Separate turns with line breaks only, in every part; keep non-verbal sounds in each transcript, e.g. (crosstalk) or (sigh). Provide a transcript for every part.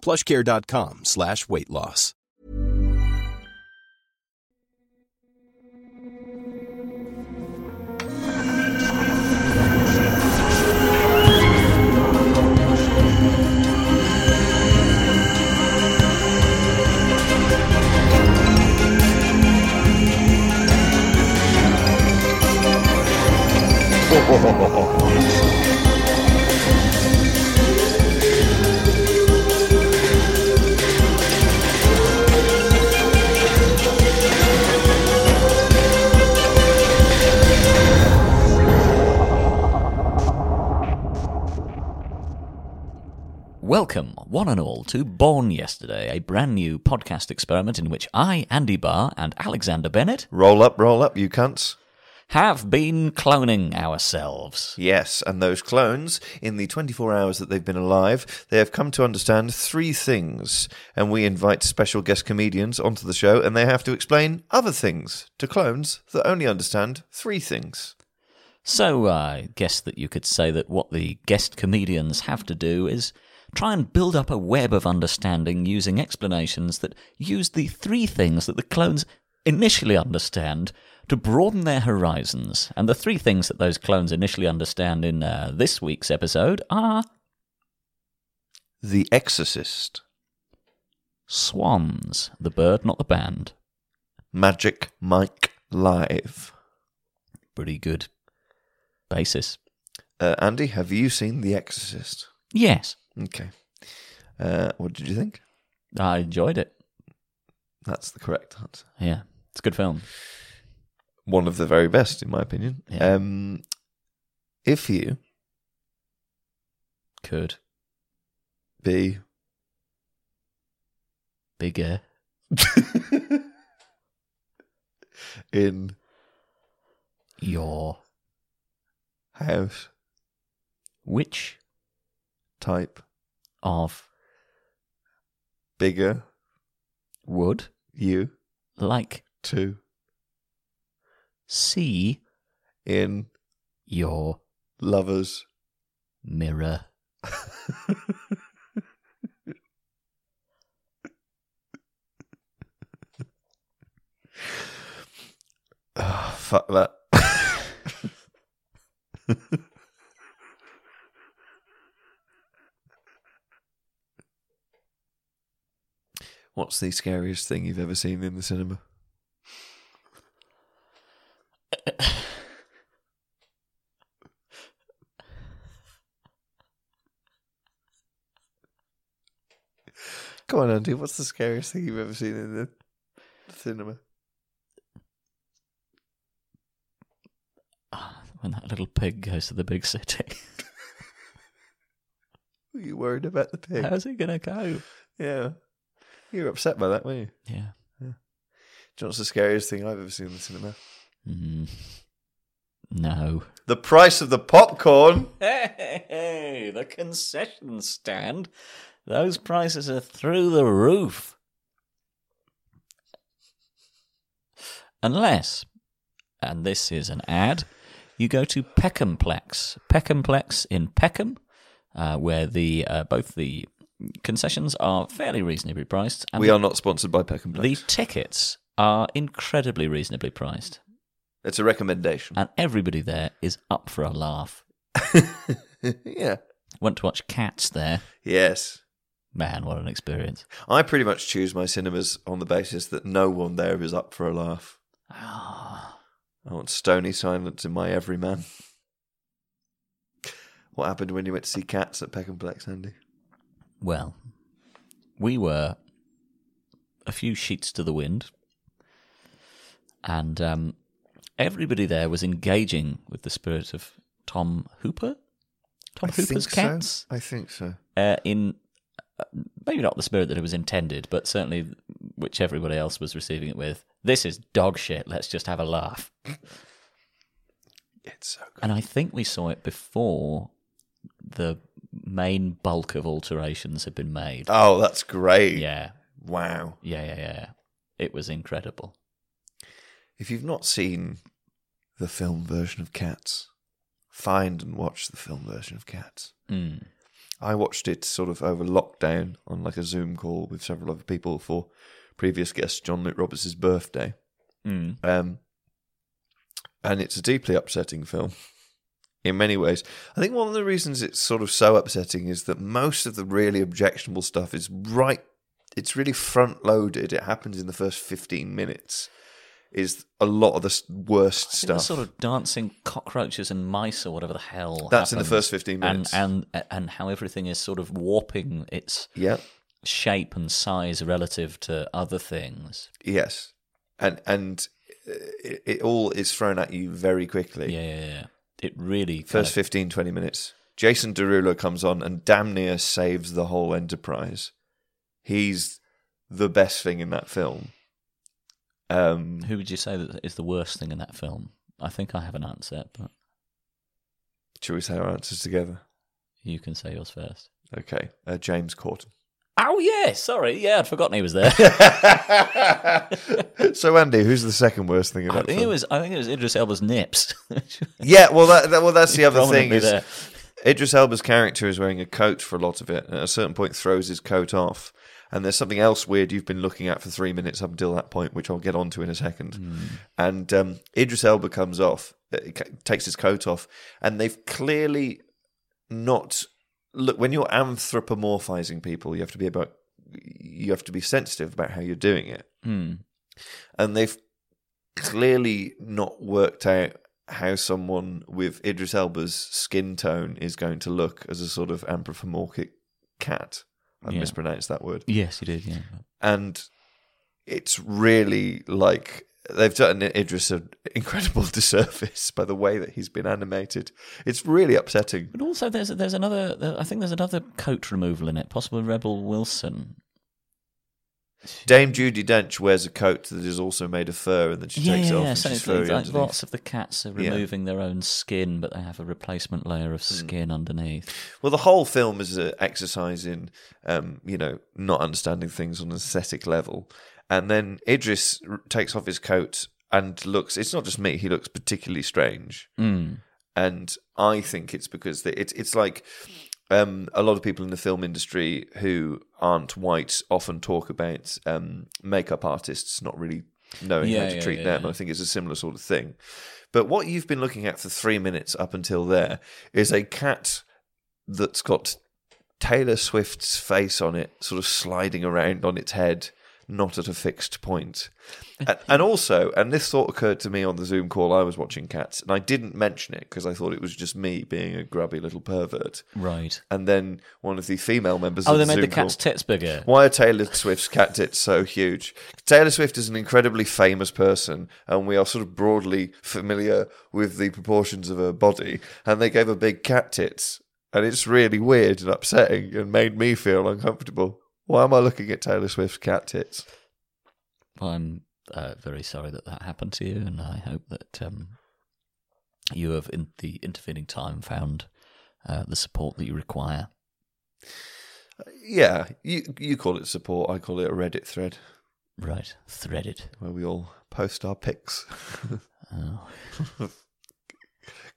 Plushcare.com slash weight loss.
Welcome, one and all, to Born Yesterday, a brand new podcast experiment in which I, Andy Barr, and Alexander Bennett
(laughs) Roll up, roll up, you cunts.
have been cloning ourselves.
Yes, and those clones, in the 24 hours that they've been alive, they have come to understand three things. And we invite special guest comedians onto the show, and they have to explain other things to clones that only understand three things.
So I guess that you could say that what the guest comedians have to do is try and build up a web of understanding using explanations that use the three things that the clones initially understand to broaden their horizons. And the three things that those clones initially understand in uh, this week's episode are
The Exorcist,
swans, the bird, not the band.
Magic Mike Live.
pretty good basis.
Uh, Andy, have you seen The Exorcist?
Yes,
Okay. Uh, what did you think?
I enjoyed it.
That's the correct answer.
Yeah, it's a good film.
one of the very best, in my opinion.
Yeah.
Um, if you
Could
be
bigger
in
your
house
which
type
of
bigger,
would
you
like
to
see
in
your
lovers.
mirror.
Oh, fuck that. What's the scariest thing you've ever seen in the cinema? Come on, Andy. What's the scariest thing you've ever seen in the cinema?
Ah, When that little pig goes to the big city,
Were you worried about the pig?
how's it gonna go?
Yeah. You were upset by that, weren't you? Do
Yeah.
you know what's the scariest thing I've ever seen in the cinema?
Mm. No.
The price of the popcorn.
Hey, the concession stand. Those prices are through the roof. Unless, and this is an ad, you go to Peckhamplex. Peckhamplex in Peckham, uh, where the uh, both the concessions are fairly reasonably priced. And
we
the,
are not sponsored by Peckham
the
Place.
tickets are incredibly reasonably priced,
It's a recommendation.
and everybody there is up for a laugh.
(laughs) yeah.
Went to watch Cats there.
Yes.
Man, what an experience.
I pretty much choose my cinemas on the basis that no one there is up for a laugh.
Ah.
I want stony silence in my everyman. What happened when you went to see cats at Peckhamplex, Andy?
Well, we were a few sheets to the wind, and um, everybody there was engaging with the spirit of Tom Hooper. Tom Hooper's cats.
I think so.
uh, in uh, maybe not the spirit that it was intended, but certainly which everybody else was receiving it with. This is dog shit. Let's just have a laugh.
It's so good.
And I think we saw it before the main bulk of alterations had been made.
Oh, that's great.
Yeah,
Wow.
yeah, yeah, yeah. It was incredible.
If you've not seen the film version of Cats, find and watch the film version of Cats.
Mm.
I watched it sort of over lockdown on like a Zoom call with several other people for previous guest John Luke Roberts' birthday.
Mm.
Um, and it's a deeply upsetting film (laughs) in many ways. I think one of the reasons it's sort of so upsetting is that most of the really objectionable stuff is right, it's really front loaded. It happens in the first 15 minutes, is a lot of the s- worst
I think the
stuff.
sort of dancing cockroaches and mice or whatever the hell.
That's in the
happens,
first 15 minutes.
and and and how everything is sort of warping its
yeah,
shape and size relative to other things.
yes. And, and, uh, it, it all is thrown at you very quickly.
Yeah, yeah, yeah. It really kind
First
of-
15, 20 minutes. Jason Derulo comes on and damn near saves the whole enterprise. He's the best thing in that film. Um,
Who would you say that is the worst thing in that film? I think I have an answer, but
shall we say our answers together?
you can say yours first.
Okay. Uh, James Corden.
(laughs) Oh yeah, sorry, yeah, I'd forgotten he was
(laughs)
there.
so, Andy, who's the second worst thing in
I
that
think
film?
it was. I think it was Idris Elba's nips. (laughs)
yeah, well, that, that, well, that's the other thing
Prominently
is
there.
Idris Elba's character is wearing a coat for a lot of it, and at a certain point throws his coat off. And there's something else weird you've been looking at for three minutes up until that point, which I'll get onto in a second. And um, Idris Elba comes off, uh, c- takes his coat off, and they've clearly not look when you're anthropomorphizing people, you have to be about you have to be sensitive about how you're doing it
Hmm.
and they've clearly not worked out how someone with Idris Elba's skin tone is going to look as a sort of anthropomorphic cat. I
Yeah.
mispronounced that word,
Yes, you did. Yeah.
and it's really like they've done Idris an incredible (laughs) disservice by the way that he's been animated. It's really upsetting.
But also, there's there's another. there- I think there's another coat removal in it. Possibly Rebel Wilson.
Dame Judy Dench wears a coat that is also made of fur, and then she
yeah,
takes
yeah,
it off
yeah.
and
So
she's
it's
furry
like, like
underneath.
lots of the cats are
Yeah. Hmm.
removing their own skin, but they have a replacement layer of skin underneath.
Well, the whole film is an exercise in, um, you know, not understanding things on an aesthetic level. And then Idris r- takes off his coat and looks. It's not just me; he looks particularly strange.
Mm.
And I think it's because the, it's it's like um, a lot of people in the film industry who aren't white often talk about um, makeup artists not really knowing how
Yeah,
to
yeah,
treat
yeah,
them.
yeah.
I think it's a similar sort of thing. But what you've been looking at for three minutes up until there is a cat that's got Taylor Swift's face on it, sort of sliding around on its head, not at a fixed point. And,
(laughs)
and also, and this thought occurred to me on the Zoom call, I was watching Cats, and I didn't mention it because I thought it was just me being a grubby little pervert.
Right.
And then one of the female members
Oh,
of
they
the
made the
Zoom call-
cat's tits bigger.
why are Taylor Swift's cat tits so huge? Taylor Swift is an incredibly famous person, and we are sort of broadly familiar with the proportions of her body. And they gave her big cat tits, and it's really weird and upsetting, and made me feel uncomfortable. Why am I looking at Taylor Swift's cat tits?
I'm uh, very sorry that that happened to you, and I hope that um, you have, in the intervening time, found uh, the support that you require.
Yeah, you you call it support, I call it a Reddit thread
Right, threaded.
where we all post our pics. (laughs)
Oh.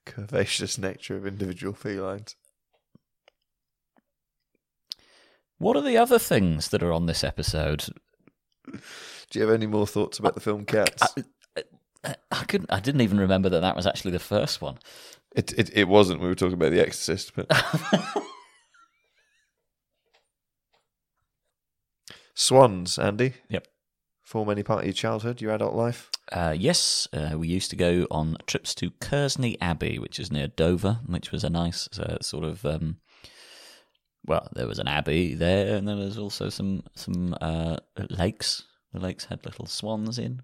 Curvaceous nature of individual felines.
What are the other things that are on this episode?
Do you have any more thoughts about the film Cats?
I- I couldn't. I didn't even remember that that was actually the first one.
It, it it wasn't. We were talking about The Exorcist, but (laughs) Swans, Andy.
Yep.
Form any part of your childhood, your adult life?
Uh, yes, uh, we used to go on trips to Kersney Abbey, which is near Dover, which was a nice uh, sort of. Um, well, there was an abbey there, and there was also some some uh, lakes. The lakes had little swans in,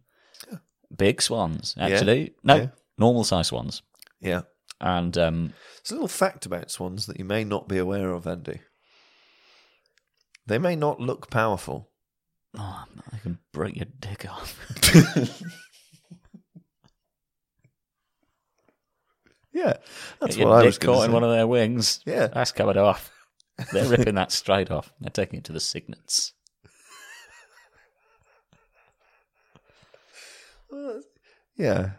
big swans actually. No,
yeah.
normal size swans.
Yeah.
And um,
There's a little fact about swans that you may not be aware of, Andy. They may not look powerful.
oh, I can break your dick off.
Yeah, that's
Get
what
your
I
dick
was
caught
going
in
to
one of their wings.
Yeah.
that's coming
(laughs)
off. They're ripping that straight off. They're taking it to the signets.
Yeah,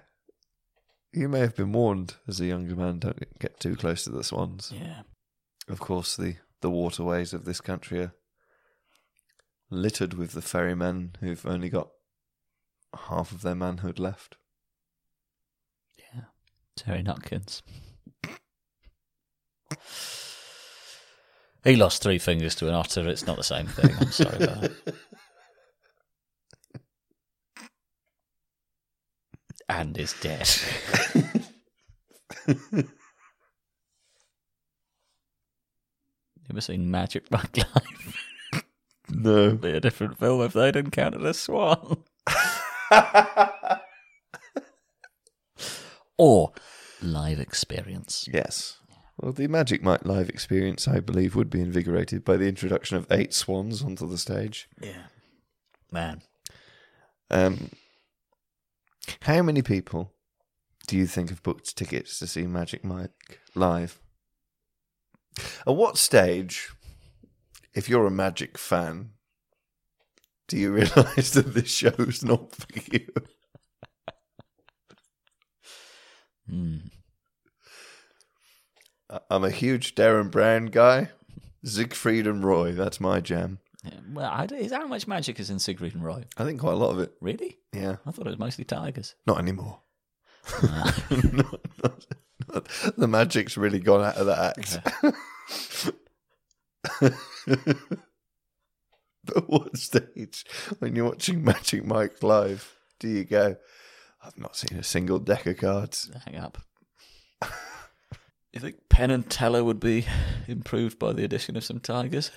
you may have been warned as a younger man: don't get too close to the swans.
Yeah.
Of course, the the waterways of this country are littered with the ferrymen who've only got half of their manhood left.
Terry Nutkins. He lost three fingers to an otter. It's not the same thing. I'm sorry about that. And is dead. you ever seen Magic Rock Live?
No.
(laughs) be a different film if they didn't count it as Swan. or live experience.
Yes. Well, the Magic Mike live experience, I believe, would be invigorated by the introduction of eight swans onto the stage.
Yeah. Man.
Um, how many people do you think have booked tickets to see Magic Mike live? At what stage, if you're a Magic fan, do you (laughs) realise that this show's not for you?
Mm.
I- I'm a huge Darren Brown guy. Siegfried and Roy, that's my jam.
Yeah, Well, I don't- is how much magic is in Siegfried and Roy?
I think quite a lot of it.
Really?
Yeah.
I thought it was mostly tigers.
Not anymore.
Ah.
(laughs) Not- not- not- the magic's really gone out of the act. (laughs) but what stage, when you're watching Magic Mike live, do you go, I've not seen a single deck of cards?
Hang up. (laughs) You think Penn and Teller would be improved by the addition of some tigers?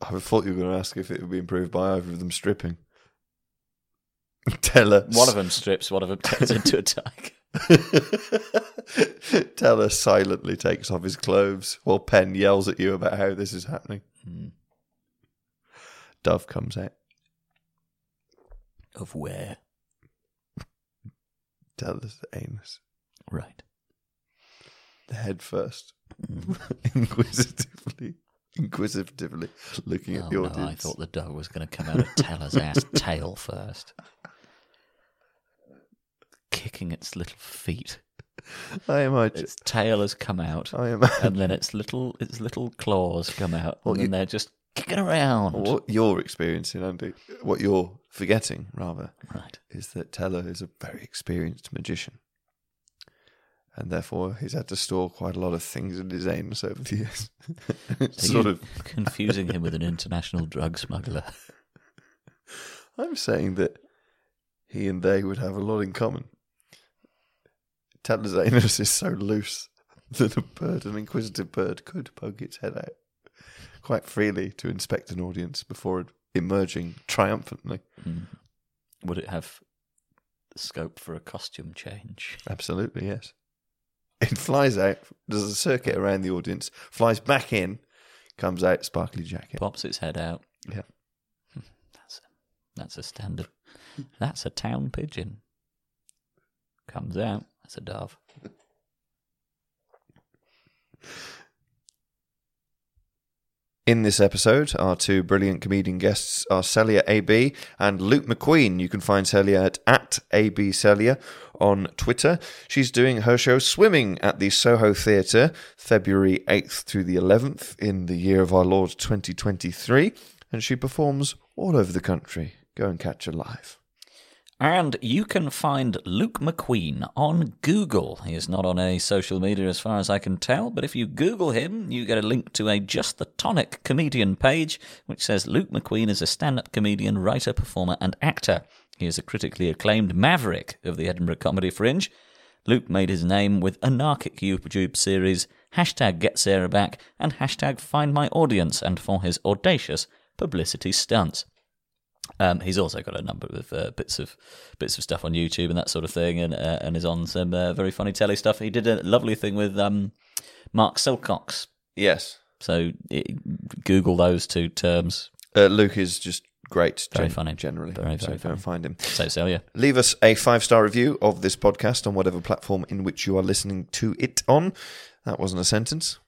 I thought you were going to ask if it would be improved by either of them stripping. (laughs) Tell us.
One of them strips, one of them turns into a tiger.
(laughs) Teller silently takes off his clothes while Penn yells at you about how this is happening.
Hmm.
Dove comes out.
(laughs) Of where?
Teller's anus.
Right.
The head first.
Hmm.
(laughs) inquisitively. Inquisitively looking
Oh,
at the
no,
audience.
I thought the dog was going to come out of Teller's
(laughs)
ass tail first. Kicking its little feet.
I am I
Its
just
tail has come out,
I am
and then its little its little claws come out,
Well,
and
you-
then they're just kicking around.
what you're experiencing, Andy what you're forgetting rather,
Right.
is that Teller is a very experienced magician. And therefore he's had to store quite a lot of things in his anus over the years.
Are
sort
you
of
(laughs) confusing him with an international drug smuggler. (laughs)
I'm saying that he and they would have a lot in common. Tatler's anus is so loose that a bird, an inquisitive bird, could poke its head out quite freely to inspect an audience before emerging triumphantly.
Would it have scope for a costume change?
Absolutely, yes. It flies out, does a circuit around the audience, flies back in, comes out sparkly jacket.
Pops its head out. Hmm,
Yeah.
That's that's a standard. That's a town pigeon. Comes out. That's a dove.
In this episode, our two brilliant comedian guests are Celia AB and Luke McQueen. You can find Celia at, at AB Celia on Twitter. She's doing her show Swimming at the Soho Theatre, February 8th through the 11th in the year of our Lord 2023. And she performs all over the country. Go and catch her live.
And you can find Luke McQueen on Google. He is not on any social media as far as I can tell, but if you Google him, you get a link to a Just the Tonic comedian page, which says Luke McQueen is a stand up comedian, writer, performer, and actor. He is a critically acclaimed maverick of the Edinburgh Comedy Fringe. Luke made his name with anarchic YouTube series hashtag Get Sarah Back and hashtag Find My Audience and for his audacious publicity stunts. Um, he's also got a number of uh, bits of bits of stuff on YouTube and that sort of thing, and uh, and is on some uh, very funny telly stuff. He did a lovely thing with um, Mark Silcox.
Yes.
So it, Google those two terms.
Uh, Luke is just great.
Very funny.
Generally.
Very,
so
very
go and find him.
So so yeah.
Leave us a five star review of this podcast on whatever platform in which you are listening to it on. That wasn't a sentence.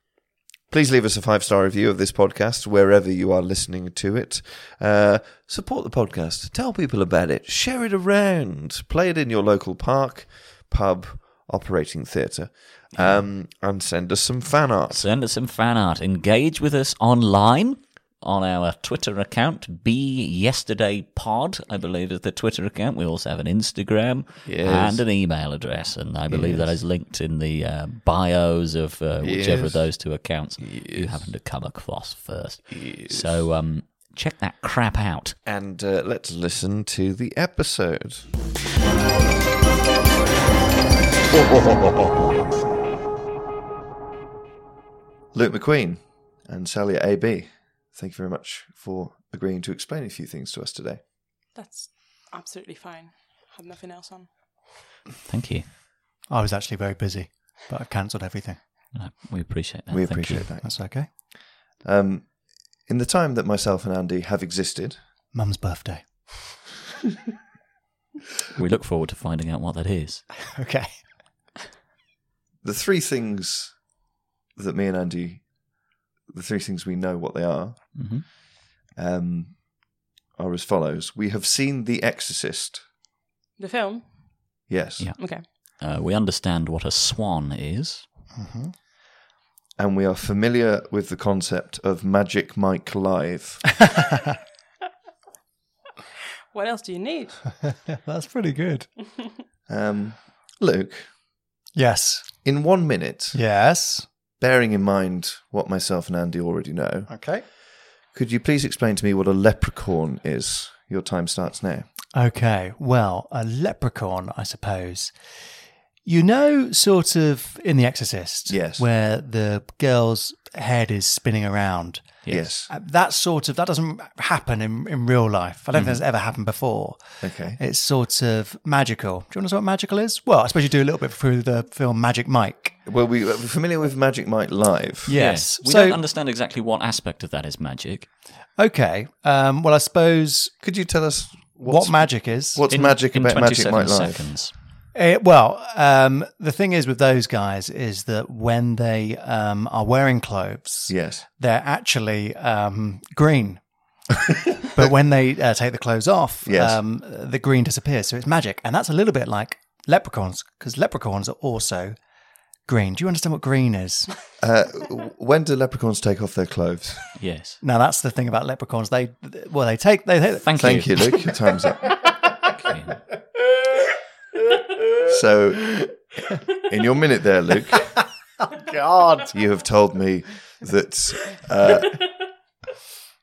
Please leave us a five star review of this podcast wherever you are listening to it. Uh, support the podcast. Tell people about it. Share it around. Play it in your local park, pub, operating theatre, um, and send us some fan art.
Send us some fan art. Engage with us online on our Twitter account, Be Yesterday Pod, I believe is the Twitter account. We also have an Instagram
Yes.
and an email address, and I believe that is linked in the uh, bios of uh, whichever
Yes.
of those two accounts you happen to come across first. So um, check that crap out.
And uh, let's listen to the episode. (laughs) Luke McQueen and Sally AB, thank you very much for agreeing to explain a few things to us today.
That's absolutely fine. Had nothing else on.
Thank you.
I was actually very busy, but I cancelled everything.
Uh, We appreciate that.
we
Thank you.
appreciate that.
That's okay.
Um, in the time that myself and Andy have existed,
Mum's birthday.
We look forward to finding out what that is.
(laughs) Okay. (laughs)
the three things that me and Andy, the three things we know what they are,
Mhm.
um, are as follows. We have seen The Exorcist.
The film?
Yes.
Yeah.
Okay.
Uh, we understand what a swan is.
hmm
And we are familiar with the concept of Magic Mike Live.
What else do you need?
That's pretty good.
um, Luke,
Yes.
in one minute,
Yes.
bearing in mind what myself and Andy already know,
Okay.
could you please explain to me what a leprechaun is? Your time starts now.
Okay. Well, a leprechaun, I suppose. You know, sort of in The Exorcist,
Yes.
where the girl's head is spinning around.
Yes.
Uh, That sort of that doesn't happen in, in real life. I don't think that's ever happened before.
Okay.
It's sort of magical. Do you want to know what magical is? Well, I suppose you do a little bit through the film Magic Mike.
Well, we we're familiar with Magic Mike Live.
Yes.
We
so
don't understand exactly what aspect of that is magic.
okay. Um, well, I suppose
Could you tell us what's,
what magic is.
what's magic
in
about Magic
27
Mike Live?
seconds.
Eh, well, um, the thing is with those guys is that when they um, are wearing clothes,
Yes.
they're actually um,
(laughs)
green. but when they uh, take the clothes off,
Yes.
um, the green disappears. So it's magic. And that's a little bit like leprechauns because leprechauns are also green. Do you understand what green is?
(laughs) Uh, w- when do leprechauns take off their clothes?
Yes.
Now that's the thing about leprechauns. They well, they take they take
(laughs) Thank,
Thank
you. (laughs)
you, Luke. Your time's up.
Thank you.
So, in your minute there,
(laughs)
Luke, God, you have told me that. Uh,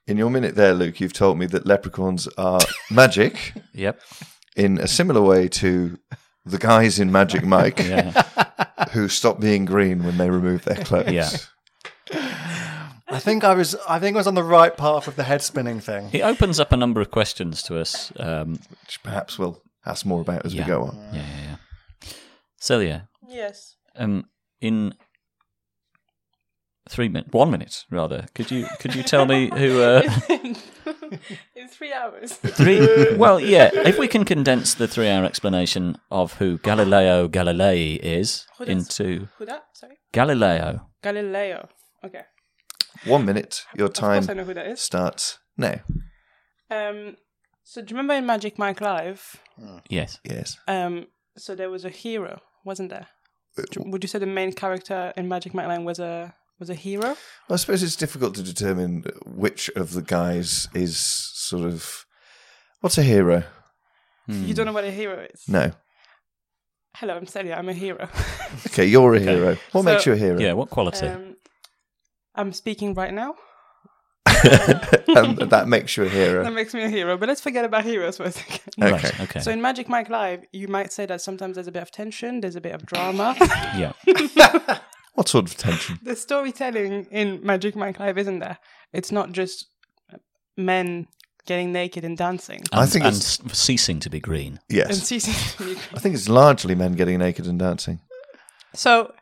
in your minute there, Luke, you've told me that leprechauns are magic
Yep.
in a similar way to the guys in Magic
(laughs)
Mike who stop being green when they remove their clothes.
Yeah.
I think I was I think I was on the right path with the head spinning thing.
He opens up a number of questions to us. Um,
Which perhaps we'll ask more about as
Yeah.
we go on.
yeah, yeah, yeah. Celia,
(laughs) (laughs) Yes.
um, in three minutes, one minute rather, could you could you tell me who?
(laughs)
Uh,
In three hours.
three. Well, yeah. If we can condense the three-hour explanation of who Galileo Galilei is
Who does-
into
Who that? Sorry.
Galileo.
Galileo. Okay.
One minute, your
Of course I know
time
who that is.
starts now.
Um, so do you remember in Magic Mike Live?
Yes.
Yes.
Um, so there was a hero, wasn't there? Do- Would you say the main character in Magic Mike Live was a was a hero?
I suppose it's difficult to determine which of the guys is sort of what's a hero.
You don't know what a hero is.
Hmm. No.
Hello, I'm Celia. I'm
(laughs)
a hero.
Okay, you're a hero. What
So-
makes you a hero?
Yeah, what quality?
um, I'm speaking right now.
(laughs) um, that makes you a
That (laughs)
hero.
makes me a hero. But let's forget about heroes for a second.
Okay.
Right, okay.
So in Magic Mike Live, you might say that sometimes there's a bit of tension, there's a bit of drama. (laughs)
yeah.
What sort of tension?
the storytelling in Magic Mike Live isn't there. It's not just men getting naked and dancing
And,
I think
and
it's-
s- ceasing to be green.
(laughs)
and
Yes.
(laughs) ceasing to be
I think it's largely men getting naked and dancing.
So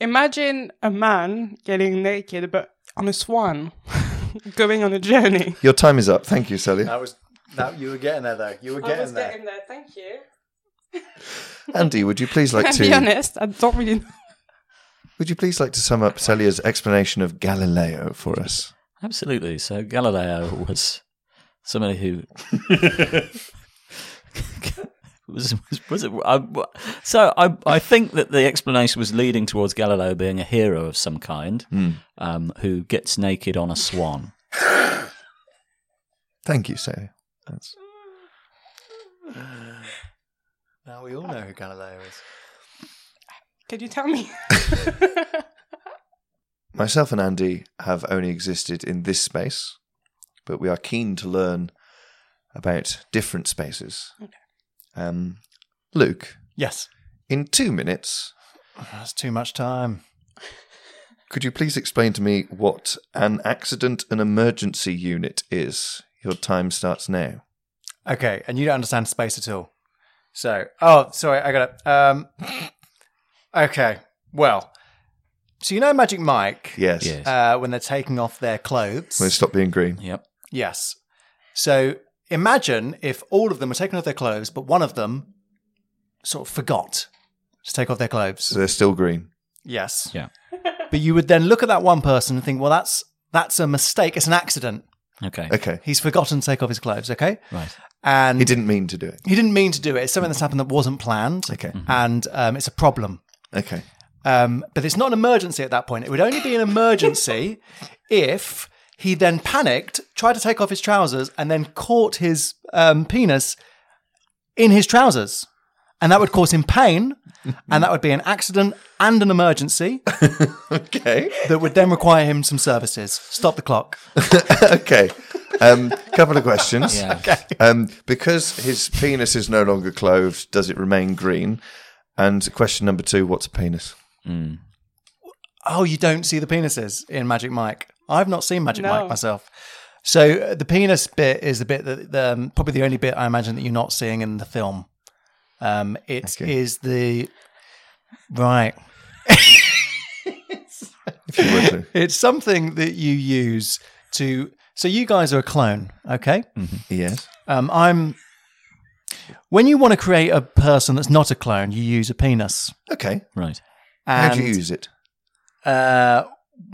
imagine a man getting naked but on a swan (laughs) going on a journey.
Your time is up. Thank you, Celia.
That was that you were getting there though. You were
I was
getting there.
getting there, thank you.
(laughs) Andy, would you please like
(laughs) to be
to
honest, I don't really know.
would you please like to sum up Celia's explanation of Galileo for us?
Absolutely. So Galileo was somebody who was, was, was it, I, so I I think that the explanation was leading towards Galileo being a hero of some kind um, who gets naked on a swan.
Thank you, Celia. That's-
Now we all know who Galileo is.
Could you tell me? (laughs)
Myself and Andy have only existed in this space, but we are keen to learn about different spaces. Um, Luke,
Yes.
in two minutes,
That's too much time.
could you please explain to me what an accident and emergency unit is? Your time starts now.
Okay, and you don't understand space at all. So, oh, sorry, I got it. Um, (laughs) okay, well, so you know Magic Mike
Yes.
Yes.
uh, when they're taking off their clothes.
Well, stop being green.
Yep.
Yes. So imagine if all of them were taking off their clothes, but one of them sort of forgot to take off their clothes.
So they're still green.
Yes.
Yeah.
But you would then look at that one person and think, well, that's that's a mistake. It's an accident.
Okay.
Okay.
He's forgotten to take off his clothes. Okay.
Right.
And
He didn't mean to do it.
he didn't mean to do it. It's something that's happened that wasn't planned.
Okay.
And um, it's a problem.
Okay.
Um, but it's not an emergency at that point. It would only be an
(laughs)
emergency if he then panicked, tried to take off his trousers, and then caught his um, penis in his trousers. And that would cause him pain, and that would be an accident and an emergency
Okay.
that would then require him some services. Stop the clock.
okay. Um, couple of questions.
(laughs) Yeah.
Um, because his penis is no longer clothed, does it remain green? And question number two: What's a penis?
Oh, you don't see the penises in Magic Mike. I've not seen Magic
No.
Mike myself. So uh, the penis bit is the bit that the, um, probably the only bit I imagine that you're not seeing in the film. Um, it
Okay.
is the right.
If you were to,
(laughs)
It's something that you use to. So you guys are a clone, okay?
Hmm. yes.
Um, I'm. When you want to create a person that's not a clone, you use a penis.
Okay.
Right.
How
And,
do you use it?
Uh,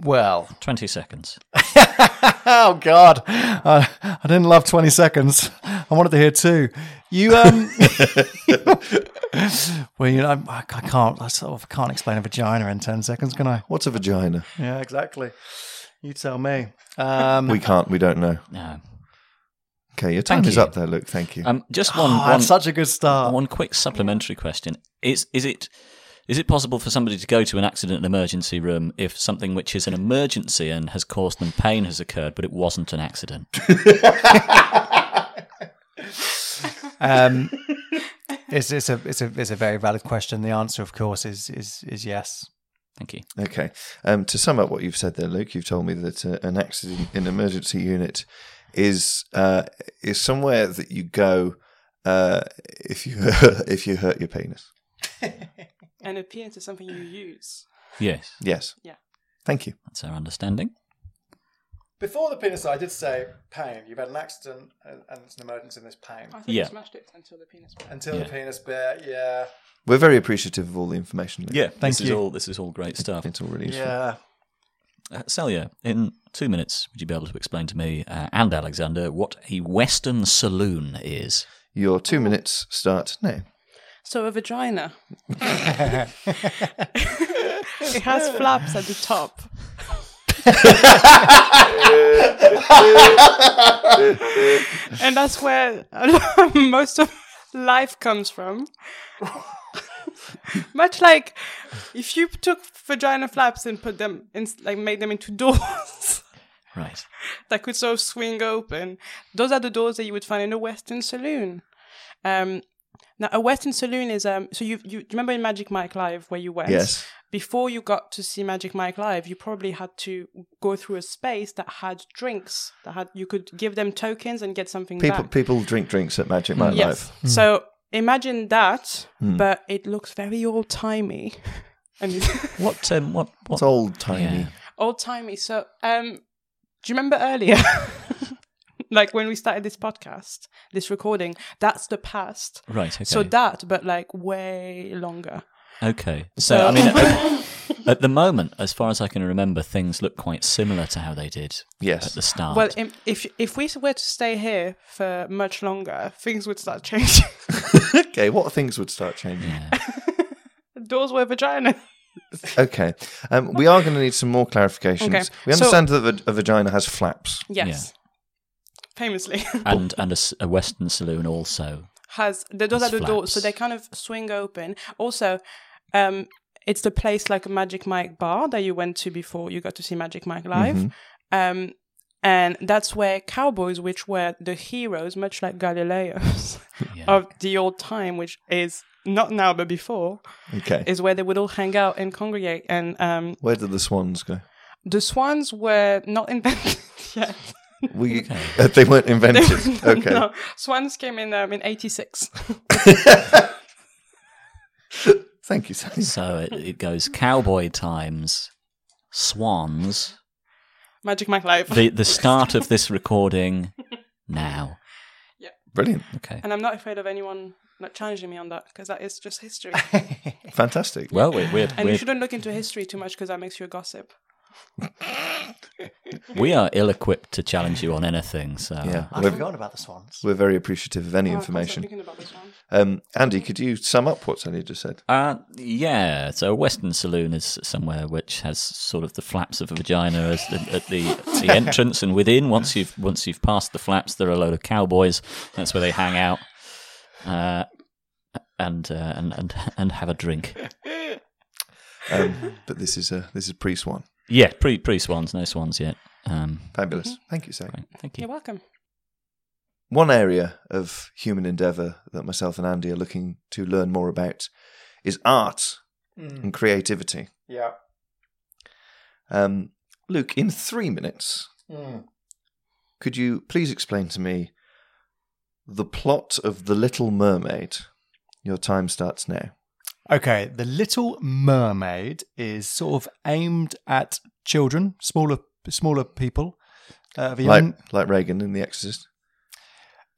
well,
20 seconds.
(laughs) oh God, I, I didn't love twenty seconds. I wanted to hear two. You um, (laughs) well, you know, I'm- I, I can't. I sort of can't explain a vagina in ten seconds, can I?
What's a vagina?
Yeah, exactly. You tell me. Um,
We can't. We don't know.
No.
Okay. Your time
Thank
is
you.
up there, Luke. Thank you.
Um, just one.
oh,
one-
that's such a good start.
One quick supplementary question: Is is it is it possible for somebody to go to an accident and emergency room if something which is an emergency and has caused them pain has occurred, but it wasn't an accident?
Um, it's, it's a it's a it's a very valid question. The answer, of course, is is is yes.
Thank you.
Okay. Um, to sum up what you've said there, Luke, you've told me that uh, an accident in emergency unit is uh, is somewhere that you go uh, if you (laughs) if you hurt your penis.
An appearance is something you use.
Yes,
Yes.
Yeah.
Thank you.
that's our understanding.
Before the penis, I did say pain. You've had an accident and, and it's an emergency, and there's pain.
I thought
Yeah.
you smashed it until the penis.
Until
the Yeah.
penis bit, yeah.
We're very appreciative of all the information. Luke.
this
Thank
Is
you.
all, this is all great stuff.
It's all really useful.
Yeah.
Uh, Celia, in two minutes, would you be able to explain to me uh, and Alexander what a Western saloon is?
Your two minutes start now.
So a vagina. it has flaps at the top. and that's where (laughs) most of life comes from. Much like if you took vagina flaps and put them in, like made them into (laughs) doors
Right.
that could sort of swing open, those are the doors that you would find in a Western saloon. Um, now, a Western saloon is um. So you you remember in Magic Mike Live where you went?
Yes.
Before you got to see Magic Mike Live, you probably had to go through a space that had drinks that had you could give them tokens and get something
People Hmm.
back.
people drink drinks at Magic Mike
Yes.
Live.
So imagine that,
Hmm.
but it looks very old timey. (laughs) and
What? Um, what? What?
It's old timey.
Yeah.
old timey. So um do you remember earlier? (laughs) like when we started this podcast, this recording, that's the past.
Right. Okay.
So that, but like way longer.
okay. So I mean, at,
(laughs)
at the moment, as far as I can remember, things look quite similar to how they did
Yes.
at the start.
Well, im- if if we were to stay here for much longer, things would start (laughs) changing.
Okay, what things would start changing?
Doors were vagina.
Okay, um, we are going to need some more clarifications.
Okay,
We
so-
understand that va- a vagina has flaps.
Yes. Famously. (laughs)
and and a, s- a Western saloon also.
has the those
It's
are the doors, so
flaps.
they kind of swing open. Also, um, it's the place like a Magic Mike bar that you went to before you got to see Magic Mike live, um, and that's where cowboys, which were the heroes, much like Galileo's (laughs) of the old time, which is not now but before,
Okay,
is where they would all hang out and congregate. And um,
where did the swans go?
the swans were not (laughs) invented yet.
We (laughs) they weren't invented. okay,
no, swans came in um, in '86.
thank you, Sally.
So it, it goes cowboy times, swans.
(laughs) Magic Mike live.
The the start of this recording now.
Brilliant,
Okay.
And I'm not afraid of anyone not challenging me on that because that is just history.
fantastic.
Well, we we're,
And you
we're
shouldn't look into history too much because that makes you a gossip.
we are ill equipped to challenge you on anything. So
yeah,
I've
we're,
forgotten about the swans.
we're very appreciative of any
Oh,
information. Um, Andy, could you sum up what Sally just said?
Uh, yeah. So a Western saloon is somewhere which has sort of the flaps of a vagina as the, at the, at the entrance and within. Once you've once you've passed the flaps, there are a load of cowboys. That's where they hang out, uh, and uh, and and and have a drink.
Um, but this is a this is pre swan.
Yeah, pre pre swans, no swans yet. Um,
Fabulous. Mm-hmm. Thank you, Sally.
great. Thank
You're
you.
welcome.
One area of human endeavour that myself and Andy are looking to learn more about is art and creativity.
Yeah.
Um, Luke, in three minutes, could you please explain to me the plot of The Little Mermaid? Your time starts now.
Okay, The Little Mermaid is sort of aimed at children, smaller smaller people. Uh, of a young-
Like, like Reagan in The Exorcist.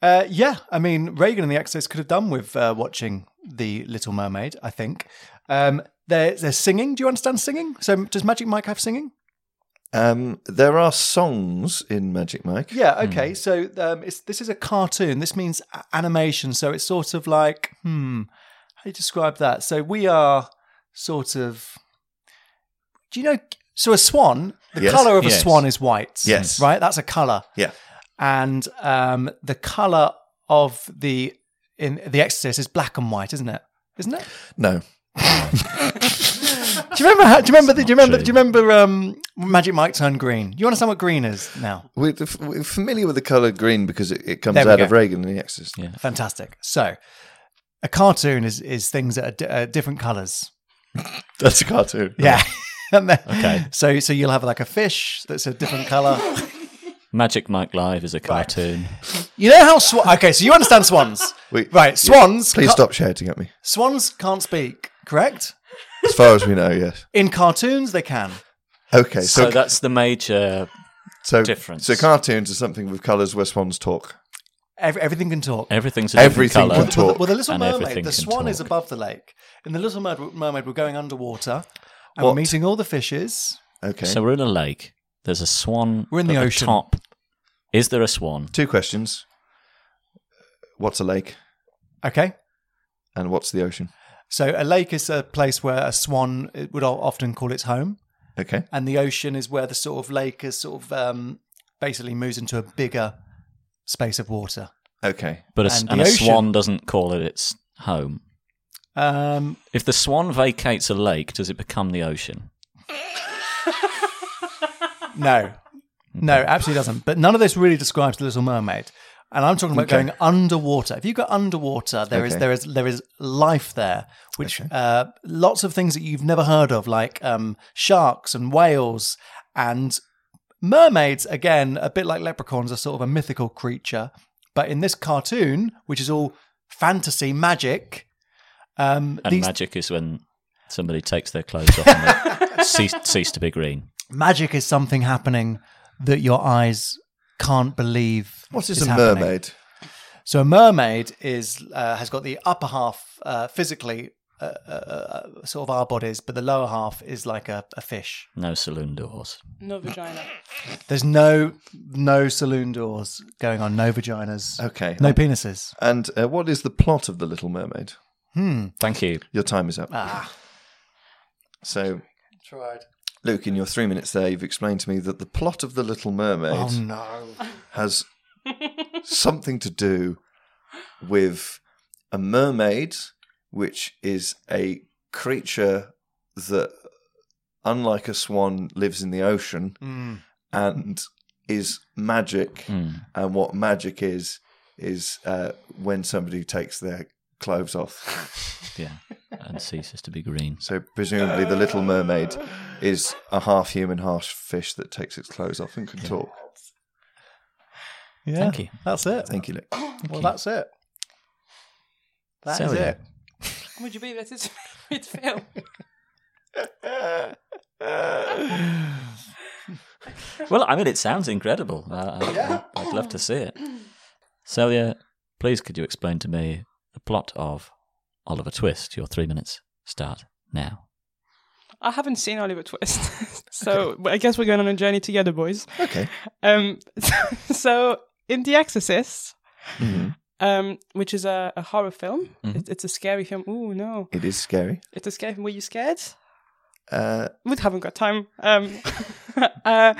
Uh, yeah, I mean, Reagan and the Exorcist could have done with uh, watching The Little Mermaid, I think. Um, they're, they're singing. Do you understand singing? So does Magic Mike have singing?
Um, there are songs in Magic Mike.
Yeah, okay. So um, it's, this is a cartoon. This means a- animation. So it's sort of like, hmm, how do you describe that? So we are sort of, do you know, so a swan, the
Yes.
colour of a
Yes.
swan is white.
Yes.
Right? That's a colour.
Yeah.
and um, the color of the in the Exorcist is black and white, isn't it? Isn't it?
No.
Do you remember? How, do you remember? The, do you remember?
true.
Do you remember? Um, Magic Mike turned green. You understand what green is now?
We're, f- we're familiar with the colour green because it, it comes
There we
out
go.
of Reagan in The Exorcist.
Yeah.
Fantastic. So, a cartoon is is things that are di- uh, different colors.
That's a cartoon.
Yeah. (laughs) and then,
Okay.
So so you'll have like a fish that's a different color.
Magic Mike Live is a cartoon.
You know how swan? Okay, so you understand swans,
Wait,
right?
yeah.
Swans.
Please
ca-
stop shouting at me.
Swans can't speak. Correct.
As far as we know, yes.
In cartoons, they can.
Okay,
So,
so
that's the major.
so,
difference.
so cartoons are something with colours where swans talk.
Ev- everything can talk.
Everything's a different
Everything
colour.
can
Well,
talk.
the, well, the Little
and
Mermaid,
everything
the
can
swan is
talk.
above the lake. In the Little Mer- Mermaid, we're going underwater and
What?
we're meeting all the fishes.
Okay.
So we're in a lake. There's a swan.
We're in the
at
ocean.
top. Is there a swan?
Two questions. What's a lake
Okay,
and what's the ocean?
so a lake is a place where a swan it would o- often call its home,
Okay.
and the ocean is where the sort of lake is sort of um, basically moves into a bigger space of water.
Okay.
But a, s-
And
and
the
a
ocean.
swan doesn't call it its home.
Um,
If the swan vacates a lake, does it become the ocean?
no, no, absolutely doesn't. But none of this really describes the Little Mermaid. And I'm talking about
Okay.
going underwater. If you go underwater, there is
Okay.
there is there is life there, which uh, lots of things that you've never heard of, like um, sharks and whales and mermaids. Again, a bit like leprechauns, are sort of a mythical creature. But in this cartoon, which is all fantasy magic, um,
And
these
magic is when somebody takes their clothes off and
(laughs)
they cease, cease to be green.
magic is something happening that your eyes can't believe.
What is,
is
a
happening.
mermaid?
So a mermaid is uh, has got the upper half uh, physically uh, uh, uh, sort of our bodies, but the lower half is like a, a fish.
No saloon doors.
No vagina.
There's no no saloon doors going on, no vaginas,
Okay.
no penises.
And uh, what is the plot of The Little Mermaid?
Thank you.
Your time is up.
Ah,
So,
tried.
Luke, in your three minutes there, you've explained to me that the plot of The Little Mermaid
Oh no!
has something to do with a mermaid, which is a creature that, unlike a swan, lives in the ocean
Mm.
and is magic. And what magic is, is uh, when somebody takes their clothes off.
Yeah. And ceases to be green.
So, presumably, the little mermaid is a half human, half fish that takes its clothes off and can talk.
Yeah,
Thank you.
That's it.
Thank you, Luke.
well, that's it. That's
So, yeah.
it.
Would you believe that it's it failed?
Well, I mean, it sounds incredible. I, I, I'd love to see it. Celia, please could you explain to me the plot of Oliver Twist? Your three minutes start now.
I haven't seen Oliver Twist, (laughs) so but I guess we're going on a journey together, boys.
Okay.
Um, (laughs) so in The Exorcist, um, which is a, a horror film, it, it's a scary film. Ooh, no,
It is scary.
it's a scary film. Were you scared?
Uh,
we haven't got time. Um, (laughs) uh,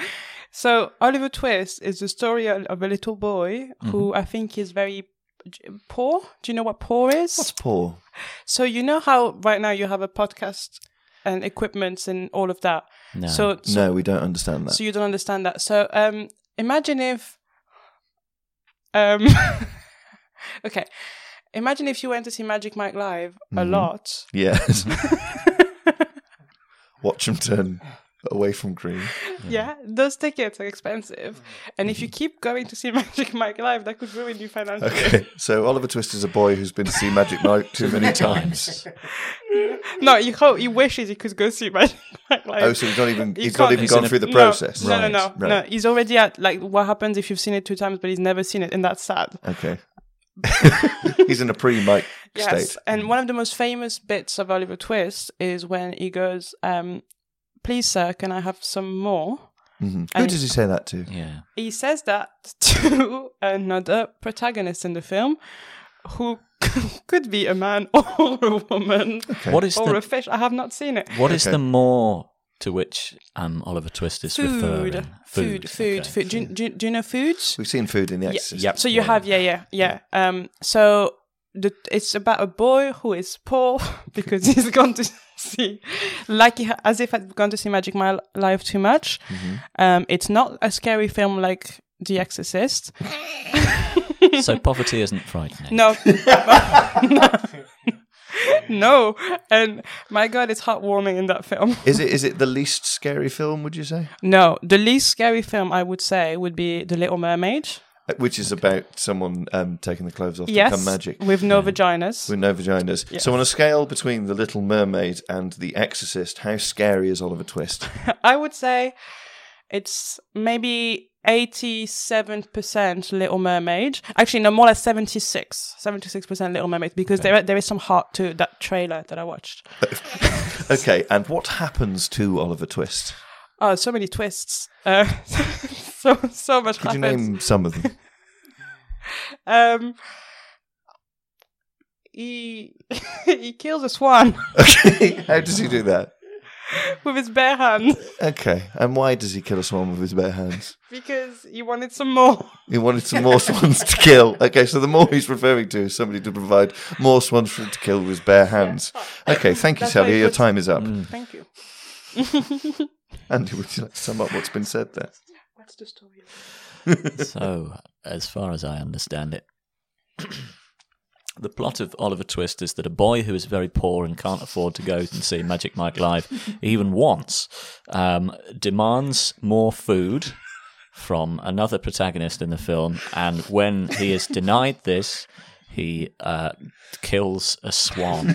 so Oliver Twist is the story of of a little boy who
Mm-hmm.
I think is very j- poor. Do you know what poor is?
what's poor?
so you know how right now you have a podcast and equipment and all of that.
No.
So so,
no, we don't understand that.
so you don't understand that. So um, imagine if um, (laughs) okay, imagine if you went to see Magic Mike live a
Mm-hmm.
lot.
Yes.
(laughs)
(laughs) Watch him turn away from green.
Yeah, those tickets are expensive. And if you keep going to see (laughs) Magic Mike Live, that could ruin you financially.
Okay, so Oliver Twist is a boy who's been to see Magic Mike
(laughs)
too many times.
No, you hope you wishes you could go see (laughs) Magic Mike Live.
Oh, so he's not even
You
he's not
can't-
even gone through the
No,
process.
No, no, no, no.
Right.
He's already at like what happens if you've seen it two times, but he's never seen it, and that's sad. (laughs)
Okay. he's in a pre-Mike
Yes,
state.
and one of the most famous bits of Oliver Twist is when he goes, um, "Please, sir, can I have some more?"
Who does he say that to?
yeah.
he says that (laughs) to another protagonist in the film who (laughs) could be a man (laughs) or a woman
What is
or a
the
fish. I have not seen it.
what is the more to which um, Oliver Twist is referring?
Food, food, food,
okay.
food. Do, you- do, you- do you know foods?
We've seen food in the Exorcist.
Yep.
So you have, yeah, yeah, yeah. Um, so the, it's about a boy who is poor (laughs) because he's gone to see, like he ha- as if had gone to see Magic My Life too much. Um, it's not a scary film like The Exorcist. (laughs)
so poverty isn't frightening.
(laughs)
No. no. And my God, it's heartwarming in that film.
Is it is it the least scary film? Would you say?
No, the least scary film I would say would be The Little Mermaid.
Uh, Which is about someone um, taking the clothes off to
Yes.
become magic.
With no vaginas.
With no vaginas. So, on a scale between The Little Mermaid and The Exorcist, how scary is Oliver Twist?
I would say it's maybe 87% Little Mermaid. Actually, no, more like 76. 76% Little Mermaid because there, there is some heart to that trailer that I watched.
(laughs) Okay, and what happens to Oliver Twist?
Oh, so many twists. Uh, (laughs) so, so much
Could you
happens.
name some of them?
Um, he (laughs) he kills a swan.
Okay, how does he do that?
(laughs) with his bare hand
Okay. And why does he kill a swan with his bare hands?
because he wanted some more.
He wanted some more swans to kill. Okay, so the more he's referring to is somebody to provide more swans for him to kill with his bare hands. Okay, thank you,
That's why
Sally.
he
Your
puts-
time is up.
Thank you.
Andy, would you like to sum up what's been said there?
What's the story?
so, as far as I understand it, (clears throat) the plot of Oliver Twist is that a boy who is very poor and can't afford to go and see Magic Mike live
(laughs)
even once um, demands more food from another protagonist in the film, and when he is denied this, he uh, kills a swan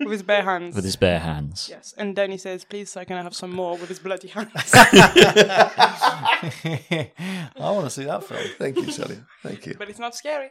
With his bare hands.
with his bare hands.
Yes, and then he says, "Please, sir, can I have some more?" With his
(laughs)
bloody hands.
(laughs) I want to see that film.
Thank you, Sally. Thank
(laughs)
you.
but it's not scary.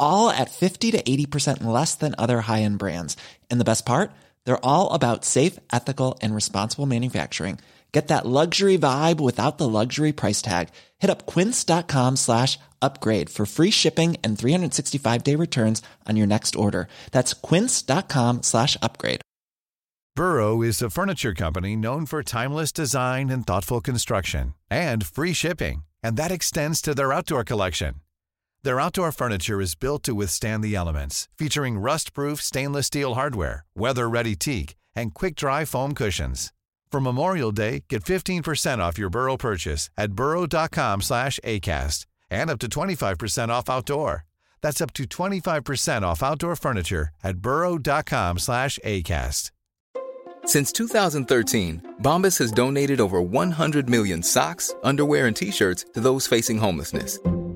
all at 50 to 80% less than other high end brands. And the best part? They're all about safe, ethical, and responsible manufacturing. Get that luxury vibe without the luxury price tag. Hit up quince.com slash upgrade for free shipping and 365-day returns on your next order. That's quince.com slash upgrade.
Burrow is a furniture company known for timeless design and thoughtful construction and free shipping, and that extends to their outdoor collection. Their outdoor furniture is built to withstand the elements, featuring rust-proof stainless steel hardware, weather-ready teak, and quick-dry foam cushions. For Memorial Day, get 15% off your Burrow purchase at burrow.com/acast and up to 25% off outdoor. That's up to 25% off outdoor furniture at burrow.com/acast.
Since 2013, Bombas has donated over 100 million socks, underwear, and t shirts to those facing homelessness.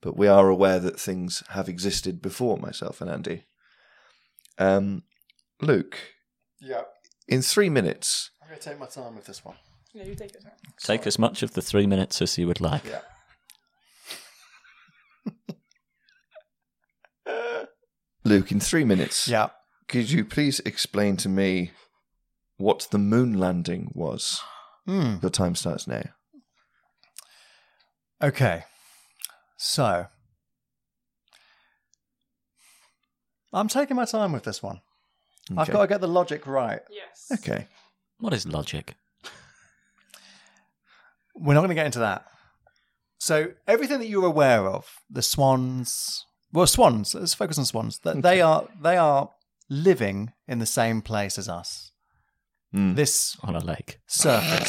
but we are aware that things have existed before myself and Andy. Um, Luke,
Yeah,
in three minutes,
I'm going to take my time with this one.
Yeah, you take it.
Take as much of the three minutes as you would like.
Luke, in three minutes,
Yeah.
could you please explain to me what the moon landing was?
Hmm.
Your time starts now.
Okay. So I'm taking my time with this one. I've
Okay.
got to get the logic right.
Yes.
Okay.
What is logic?
We're not going to get into that. So everything that you're aware of, the swans, well, swans. Let's focus on swans. That they are they are living in the same place as us.
Hmm.
This
On a lake.
surface.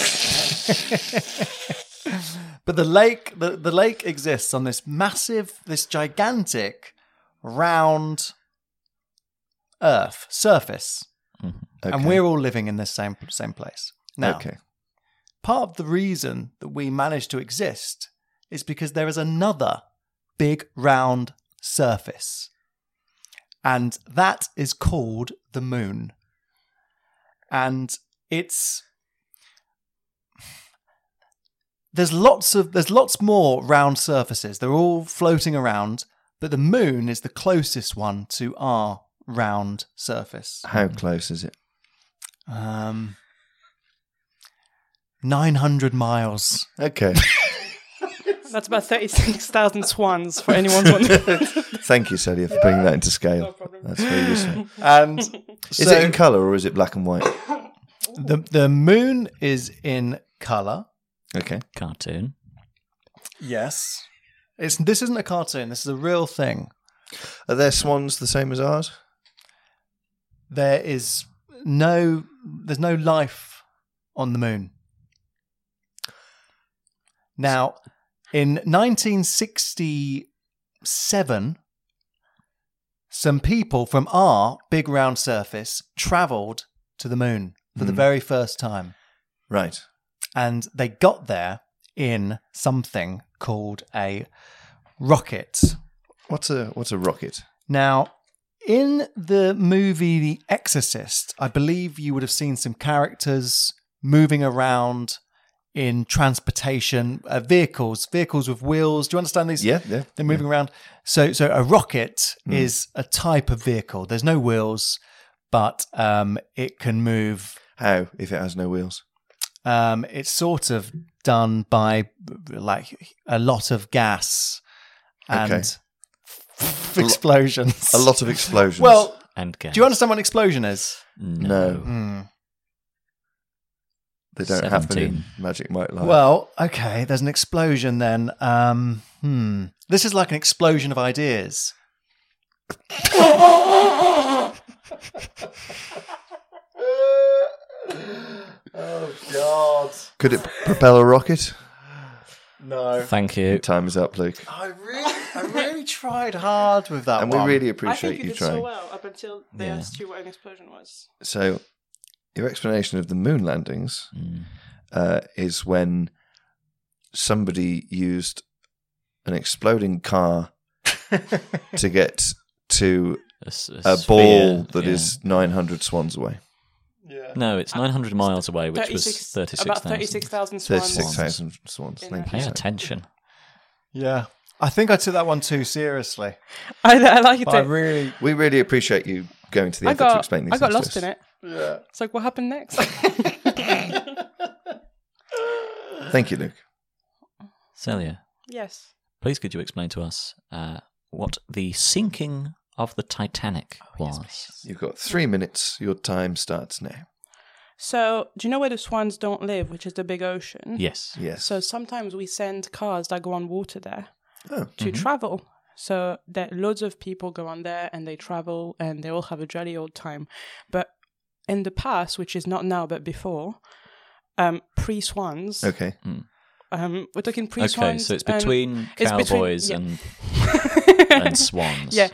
(laughs) but the lake, the, the lake exists on this massive, this gigantic, round Earth surface,
okay.
and we're all living in this same same place. Now,
okay.
part of the reason that we manage to exist is because there is another big round surface. And that is called the moon. And it's there's lots of there's lots more round surfaces. They're all floating around, but the moon is the closest one to our round surface.
How close is it?
Um, 900 miles.
Okay.
That's about 36,000 swans for anyone's
(laughs)
wondering.
Thank you, Celia, for putting that into scale. That's very useful.
And
Is it in colour or is it black and white?
The the moon is in color.
Okay.
Cartoon.
Yes. It's this isn't a cartoon. This is a real thing.
Are their swans the same as ours?
There is no there's no life on the moon. Now, in 1967, some people from our big round surface traveled to the moon for the
Mm.
very first time.
Right.
And they got there in something called a rocket.
What's a what's a rocket?
Now, in the movie The Exorcist, I believe you would have seen some characters moving around in transportation uh, vehicles, vehicles with wheels. Do you understand these?
Yeah, yeah,
They're moving around. So, so a rocket
Mm.
is a type of vehicle. There's no wheels, but um, it can move.
How if it has no wheels?
Um, it's sort of done by like a lot of gas and
Okay.
f- explosions. (laughs)
A lot of explosions.
Well,
And
do you understand what an explosion is?
No.
Mm.
They don't happen in Magic Mike Live.
Well, okay, there's an explosion then. Um, hmm. This is like an explosion of ideas.
oh God! Could it propel a rocket?
No.
Thank you.
Time is up, Luke.
I really, (laughs) I really tried hard with that
And we
one.
really
I think
appreciate
you
you
did so
trying.
well up until they
Yeah.
asked you what an explosion was.
So, your explanation of the moon landings
Mm.
uh, is when somebody used an
(laughs)
exploding car to get to
a,
a
sphere,
ball that
yeah.
is 900 swans away.
No, it's 900 miles away, which was
36 about
36,000.
36,000
36,000
swans.
swans.
In
Thank
Pay
you. sir.
attention.
Yeah. I think I took that one too seriously.
I, I like it.
But I really.
We really appreciate you going to the
I
effort to
got,
explain these
I got
things
lost
to us.
in it. Yeah. It's like, what happened next?
Thank you, Luke.
Celia,
(laughs) yes.
please could you explain to us uh, what the sinking of the Titanic was?
You've got three minutes. Your time starts now.
So, do you know where the swans don't live, which is the big ocean?
Yes.
Yes.
So, sometimes we send cars that go on water there
Oh.
to
Mm-hmm.
travel. So, that loads of people go on there and they travel and they all have a jolly old time. But in the past, which is not now but before, um, pre swans.
Okay.
Um, we're talking pre swans.
Okay, so it's between cowboys
(laughs)
and and swans.
Yeah.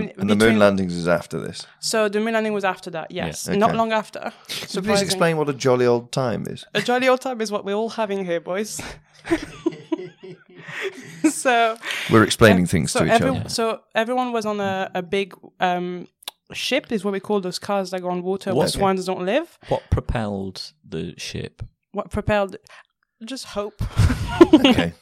and and the
between-
moon landings is after this.
So the moon landing was after that,
Yeah.
yes.
Okay.
Not long after.
So please
Surprising.
explain what a jolly old time is.
A jolly old time is what we're all having here, boys. so
We're explaining things
so
to each
every-
other.
So everyone was on a, a big um, ship, is what we call those cars that go on water where
What-
swans don't live.
What propelled the ship?
What propelled? Just hope.
okay.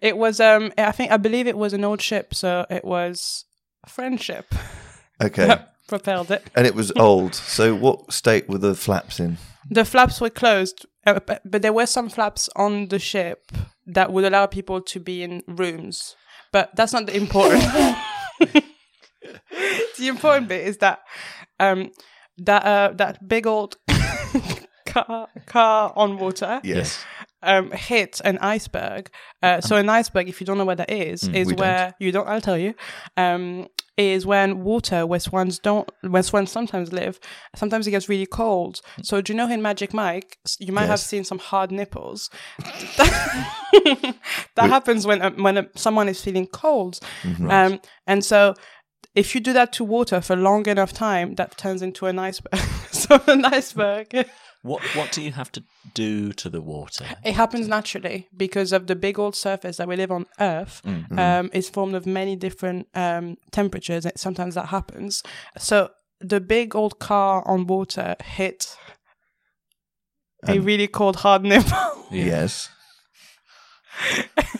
It was um, I think I believe it was an old ship, so it was friendship (laughs)
Okay.
that propelled it.
and it was old. (laughs) So what state were the flaps in?
The flaps were closed, uh, but, but there were some flaps on the ship that would allow people to be in rooms. But that's not the important. (laughs) the important bit is that um, that uh, that big old (laughs) car car on water
Yes.
um, hit an iceberg. Uh, so an iceberg, if you don't know what that is,
Mm-hmm. Mm,
is
we
where you don't. I'll tell you. Um, is when water where swans don't where swans sometimes live. Sometimes it gets really cold. So do you know in Magic Mike, s- you might have
Mm. Yes.
seen some
(laughs)
hard nipples. that happens when um, when um, someone is feeling cold,
Mm-hmm.
um, and so. If you do that to water for long enough time, that turns into an iceberg. (laughs) so an iceberg
What What do you have to do to the water?
it happens naturally because of the big old surface that we live on Earth.
Mm-hmm.
Um, it's formed of many different um, temperatures. and Sometimes that happens. So the big old car on water hit a really cold hard (laughs) nipple,
Yes.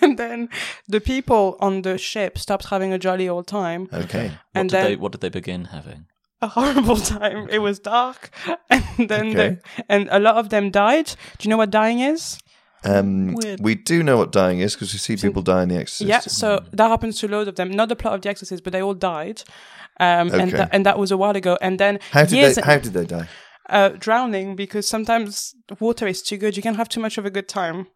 and then the people on the ship stopped having a jolly old time.
Okay.
What
and
did
then-
they What did they begin having?
a horrible (laughs) time. It was dark, and then
Okay.
the, and a lot of them died. Do you know what dying is?
Um, we do know what dying is because we see people die in The Exorcist.
Yeah, so that happens to a load of them. Not the plot of The Exorcist, but they all died, um,
Okay.
and tha- and that was a while ago. And then
How did
years
they? How did they die?
uh, drowning because sometimes water is too good. You can have too much of a good time.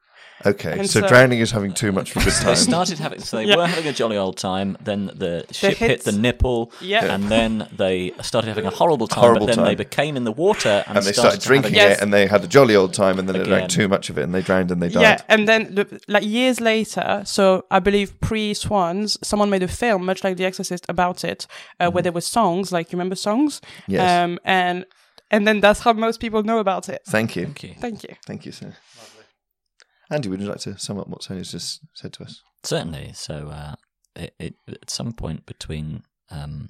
Okay,
And
so,
so-
drowning is having too much of a good time.
(laughs) They started having, so they
(laughs) Yeah.
were having a jolly old time. Then the ship hit
hits.
the nipple,
Yeah.
and then they started having a horrible time.
Horrible
but then
time.
they became in the water, and,
and they started
to have a-
drinking it, and they had a jolly old time, and then they drank
Again.
too much of it, and they drowned and they died.
Yeah, and then the, like years later, so I believe pre Swans, someone made a film much like The Exorcist about it, uh, where there were songs, like you remember songs,
Mm-hmm. Yes.
um, and and then that's how most people know about it.
Thank you.
Thank you.
Thank you.
Thank you, sir. Andy, would you like to sum up what Sonia's just said to us?
Certainly. So uh, it, it, at some point between um,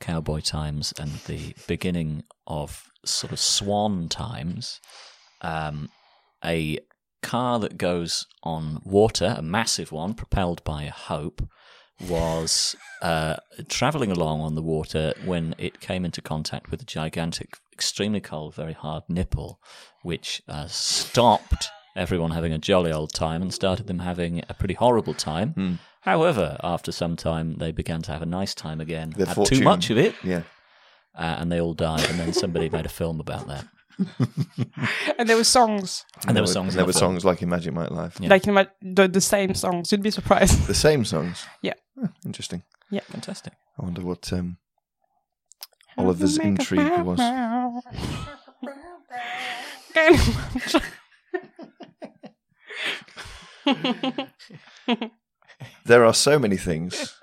cowboy times and the beginning of sort of swan times, um, a car that goes on water, a massive one propelled by a hope,
(laughs)
was uh, traveling along on the water when it came into contact with a gigantic, extremely cold, very hard nipple, which uh, stopped everyone having a jolly old time and started them having a pretty horrible time.
Hmm.
However, after some time, they began to have a nice time again.
Their
had
fortune.
too much of it,
Yeah.
uh, and they all died. And then somebody made a film about that.
And there were songs,
And, there were songs. in
There
the
were
film.
songs like in Magic Mike Live.
Yeah.
like you might, the, the same songs. You'd be surprised. (laughs)
The same songs. (laughs)
yeah,
Huh, interesting.
yeah.
Fantastic.
I wonder what um, Oliver's intrigue was. Mm-hmm. There are so many things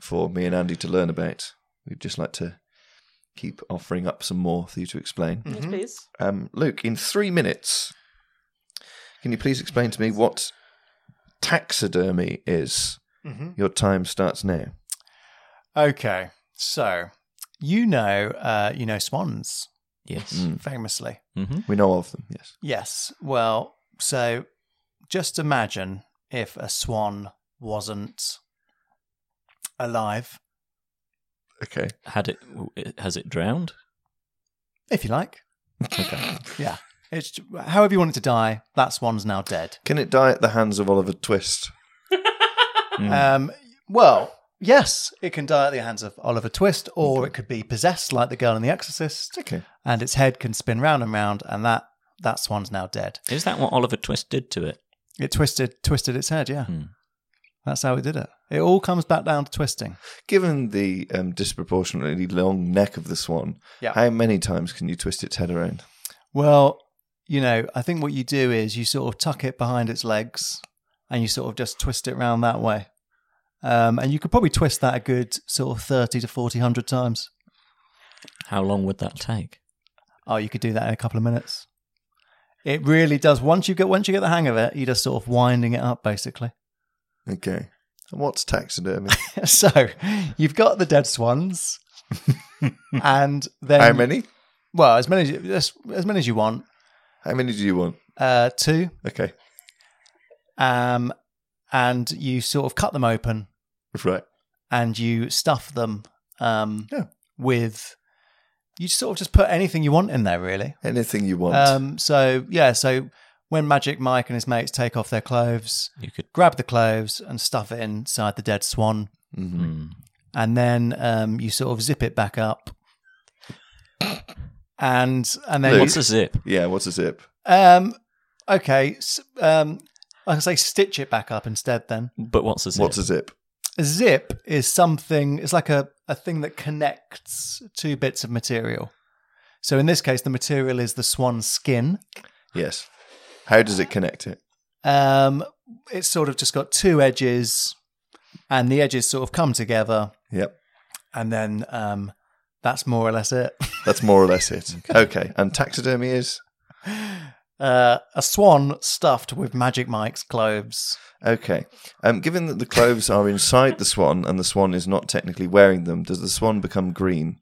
for me and Andy to learn about. We'd just like to keep offering up some more for you to explain.
Yes, please.
Um, Luke, in three minutes, can you please explain to me what taxidermy is? Your time starts now.
Okay, so you know, uh, you know swans
Yes.
Hmm.
famously.
Mhm.
We know of them, yes.
Yes. Well, so just imagine if a swan wasn't alive,
Okay.
Had it? Has it drowned?
if you like.
Okay.
(laughs) Yeah. It's however you want it to die. That swan's now dead.
Can it die at the hands of Oliver Twist?
Um, well, yes, it can die at the hands of Oliver Twist, or it could be possessed like the girl in The Exorcist,
Okay.
and its head can spin round and round, and that that swan's now dead.
Is that what Oliver Twist did to it?
It twisted twisted its head. Yeah,
Hmm.
that's how it did it. It all comes back down to twisting.
Given the um, disproportionately long neck of the swan,
Yeah.
how many times can you twist its head around?
Well, you know, I think what you do is you sort of tuck it behind its legs and you sort of just twist it round that way. Um, and you could probably twist that a good sort of 30 to 40, 100 times.
How long would that take?
Oh, you could do that in a couple of minutes. It really does. Once you get once you get the hang of it, you're just sort of winding it up basically. (laughs)
Okay. And what's taxidermy?
so you've got the dead swans, (laughs) and then
how many?
Well, as many as you, as, as many as you want.
How many do you want?
Uh, two,
Okay.
um, and you sort of cut them open
Right.
and you stuff them um,
Yeah.
with. You sort of just put anything you want in there, really.
Anything you want.
Um, so yeah, so when Magic Mike and his mates take off their clothes,
You could.
grab the clothes and stuff it inside the dead swan, Mm-hmm.
Hmm.
and then um, you sort of zip it back up, and and then
What's
you,
a zip?
yeah, what's a zip?
um, okay, s- um, I can say stitch it back up instead. Then
But what's a zip?
What's a zip?
A zip is something, it's like a, a thing that connects two bits of material. So in this case, the material is the swan skin.
Yes. How does it connect it?
Um, it's sort of just got two edges, and the edges sort of come together,
Yep.
and then um, that's more or less it.
That's more or less it. okay. And taxidermy is?
Uh, a swan stuffed with Magic Mike's clothes.
Okay. Um, given that the clothes are inside the swan and the swan is not technically wearing them, does the swan become green?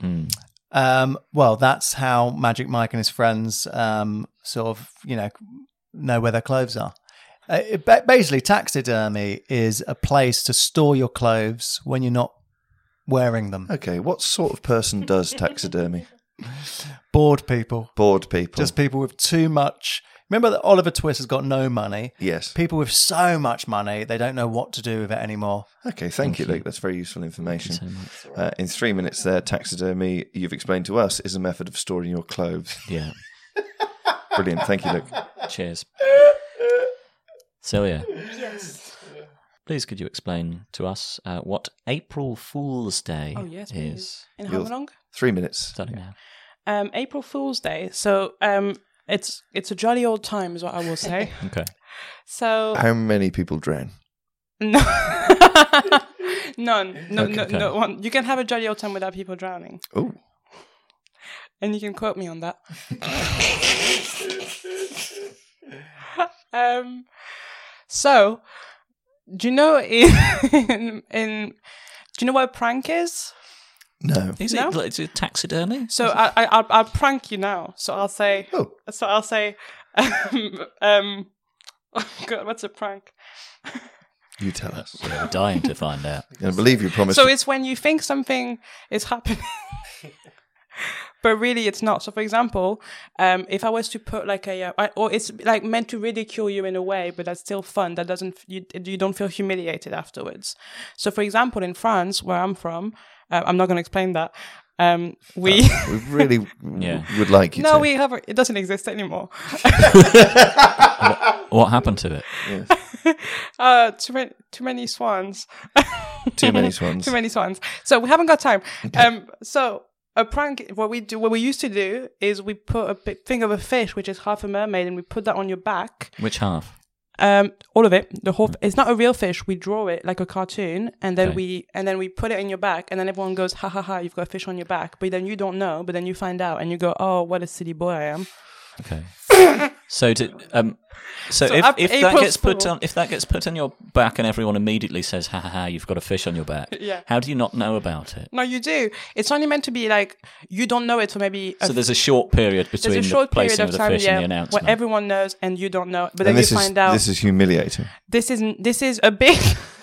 Hmm.
Um, well, that's how Magic Mike and his friends um, sort of, you know, know where their clothes are. Uh, it, ba- basically, taxidermy is a place to store your clothes when you're not wearing them.
Okay. What sort of person does taxidermy?
Bored people,
Bored people.
just people with too much. Remember that Oliver Twist has got no money.
Yes.
People with so much money, they don't know what to do with it anymore.
Okay, thank, you, Luke. That's very useful information. Uh, in three minutes, there, taxidermy, you've explained to us, is a method of storing your clothes.
Yeah.
Brilliant. Thank you, Luke.
Cheers. Celia,
Yes.
please could you explain to us uh, what April Fool's Day
Oh, yes, please.
is?
(laughs) In how You'll- long?
Three minutes.
Starting now.
Um, April Fool's Day. So um, it's it's a jolly old time, is what I
(laughs)
will say.
Okay.
So
How many people drown?
(laughs) no, none, no, no,
Okay.
no one. You can have a jolly old time without people drowning,
Oh,
and you can quote me on that. (laughs) um, so do you know in, in in do you know what a prank is?
No.
Is
No?
it like, is it taxidermy?
So I, I I'll, I'll prank you now. So I'll say.
oh,
So I'll say. (laughs) Um, um, (laughs) oh God, what's a prank?
you tell us.
We're dying to find out.
I believe you promised.
So it's when you think something is happening, (laughs) but really it's not. So for example, um, if I was to put like a, uh, I- or it's like meant to ridicule you in a way, but that's still fun. That doesn't you, you don't feel humiliated afterwards. So for example, in France, where I'm from, uh, I'm not going to explain that. Um, we (laughs)
we (laughs) really w- would like you
no,
to.
we have it doesn't exist anymore.
What happened to it?
uh, too many, too many swans.
Too many swans.
(laughs) too many swans. So we haven't got time. Um, so a prank. What we do, what we used to do, is we put a big thing of a fish, which is half a mermaid, and we put that on your back.
Which half?
Um, all of it. The whole. It's not a real fish. We draw it like a cartoon, and then
Okay.
we and then we put it in your back, and then everyone goes, ha ha ha, you've got a fish on your back. But then you don't know. But then you find out, and you go, oh, what a silly boy I am.
Okay. So to, um, so,
So
if,
up
if that
April
gets put
Fool.
on if that gets put on your back and everyone immediately says ha ha ha you've got a fish on your back
(laughs) Yeah.
how do you not know about it
No, you do. It's only meant to be like you don't know it for maybe.
so there's a short period
there's
between the placing of, the fish and the announcement
where everyone knows and you don't know, but
and
then
this
you
is
find out
this is humiliating.
this isn't this is
(laughs)
a bit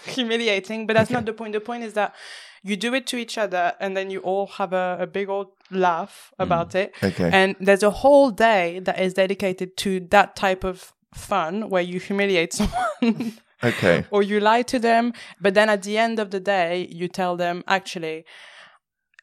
humiliating but that's not the point the point is that you do it to each other and then you all have a, a big old laugh about it
Mm. Okay.
and there's a whole day that is dedicated to that type of fun where you humiliate (laughs) someone
Okay.
or you lie to them but then at the end of the day you tell them actually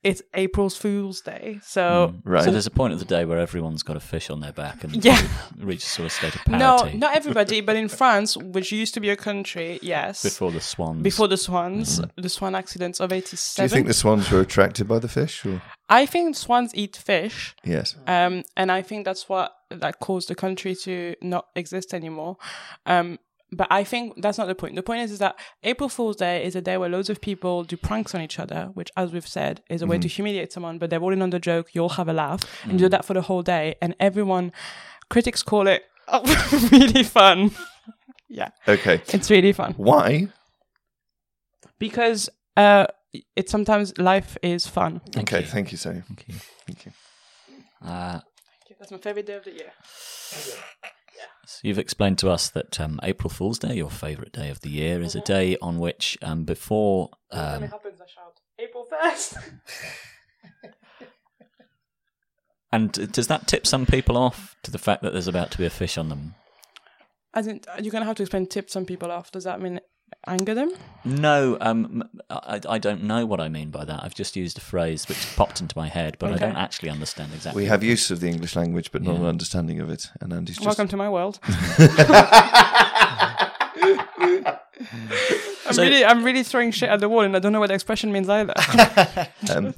it's april's fool's day so
Right.
so there's a point of the day where everyone's got a fish on their back and
Yeah.
reach a sort of state of
Mm.
no
parity
not everybody but
(laughs)
in france which used to be a country yes
before the swans
before the swans, the swan accidents of
Mm-hmm. Do
87.
you think the swans were attracted by the fish? Or?
I think swans eat fish.
Yes.
Um, and I think that's what that caused the country to not exist anymore. Um, but I think that's not the point. The point is, is that April Fool's Day is a day where loads of people do pranks on each other, which, as we've said, is a way to
Mhm.
humiliate someone, but they're all in on the joke. You'll have a laugh and
Mm.
you do that for the whole day. And everyone, critics call it (laughs) oh, really fun. (laughs) yeah.
Okay.
It's really fun.
Why?
Because uh, it's sometimes life is fun.
okay. Thank you, Sonia. Thank
you.
Thank you.
uh,
That's my favorite day of the year.
So you've explained to us that um, April Fool's Day, your favourite day of the year,
Mm-hmm.
is a day on which, um, before, um,
happens, I shout, April (laughs) 1st.
and d- does that tip some people off to the fact that there's about to be a fish on them?
As in, you're going to have to explain tip some people off. Does that mean anger them?
No, um, m- I, I don't know what I mean by that. I've just used a phrase which popped into my head, but
Okay.
I don't actually understand exactly.
We have use of the English language, but not
Yeah.
an understanding of it. And Andy's just
Welcome to my world. I'm
So-
really, I'm really throwing shit at the wall, and I don't know what the expression means either.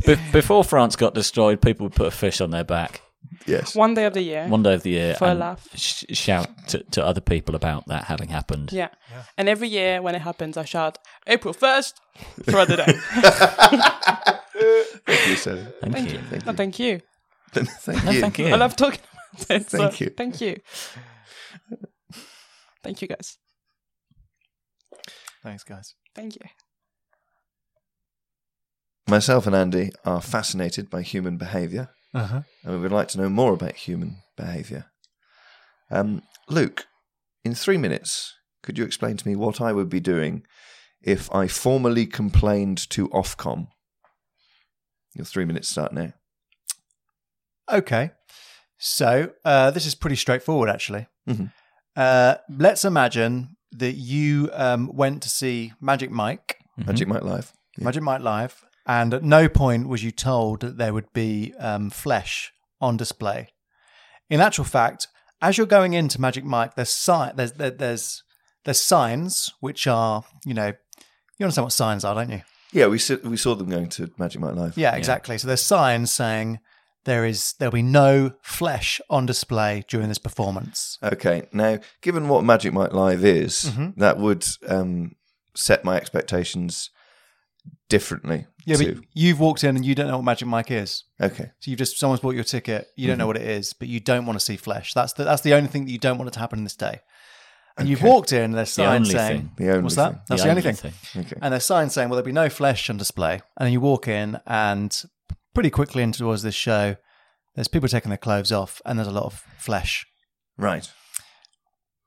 Be- before France got destroyed, people would put a fish on their back
yes.
One day of the year.
one day of the year
For a
and
laugh.
Sh- shout to, to other people about that having happened.
Yeah. And every year when it happens, I shout April 1st throughout the day.
Thank you,
(laughs)
Sonia.
Thank, you.
no, thank you.
thank
No,
you.
thank you.
I love talking about it. so
Thank you.
Thank you. Thank you, guys.
Thanks, guys.
Thank you.
Myself and Andy are fascinated by human behaviour,
Uh-huh.
and we would like to know more about human behaviour. Um, Luke, in three minutes, could you explain to me what I would be doing if I formally complained to Ofcom? Your three minutes start now.
Okay. So uh, this is pretty straightforward, actually. Uh, let's imagine that you um, went to see Magic Mike.
Mm-hmm.
Magic Mike Live.
Magic Mike Live. And at no point was you told that there would be um, flesh on display. In actual fact, as you're going into Magic Mike, there's si- there's there, there's there's signs which are you know you understand what signs are, don't you?
Yeah, we saw, we saw them going to Magic Mike Live.
Yeah, exactly. So there's signs saying there is there'll be no flesh on display during this performance.
Okay. Now, given what Magic Mike Live is,
Mhm.
that would um, set my expectations differently.
Yeah,
to-
but you've walked in and you don't know what Magic Mike is.
Okay.
So you've just someone's bought your ticket. You
Mm-hmm.
don't know what it is, but you don't want to see flesh. That's the that's the only thing that you don't want it to happen in this day. And you've walked in and there's
The
signs
only
saying,
thing. The only
"What's
thing.
that?" That's
The
the, only
only
thing.
thing. Okay.
And there's signs saying, "Well, there'll be no flesh on display." And then you walk in, and pretty quickly in towards this show, there's people taking their clothes off, and there's a lot of flesh.
Right.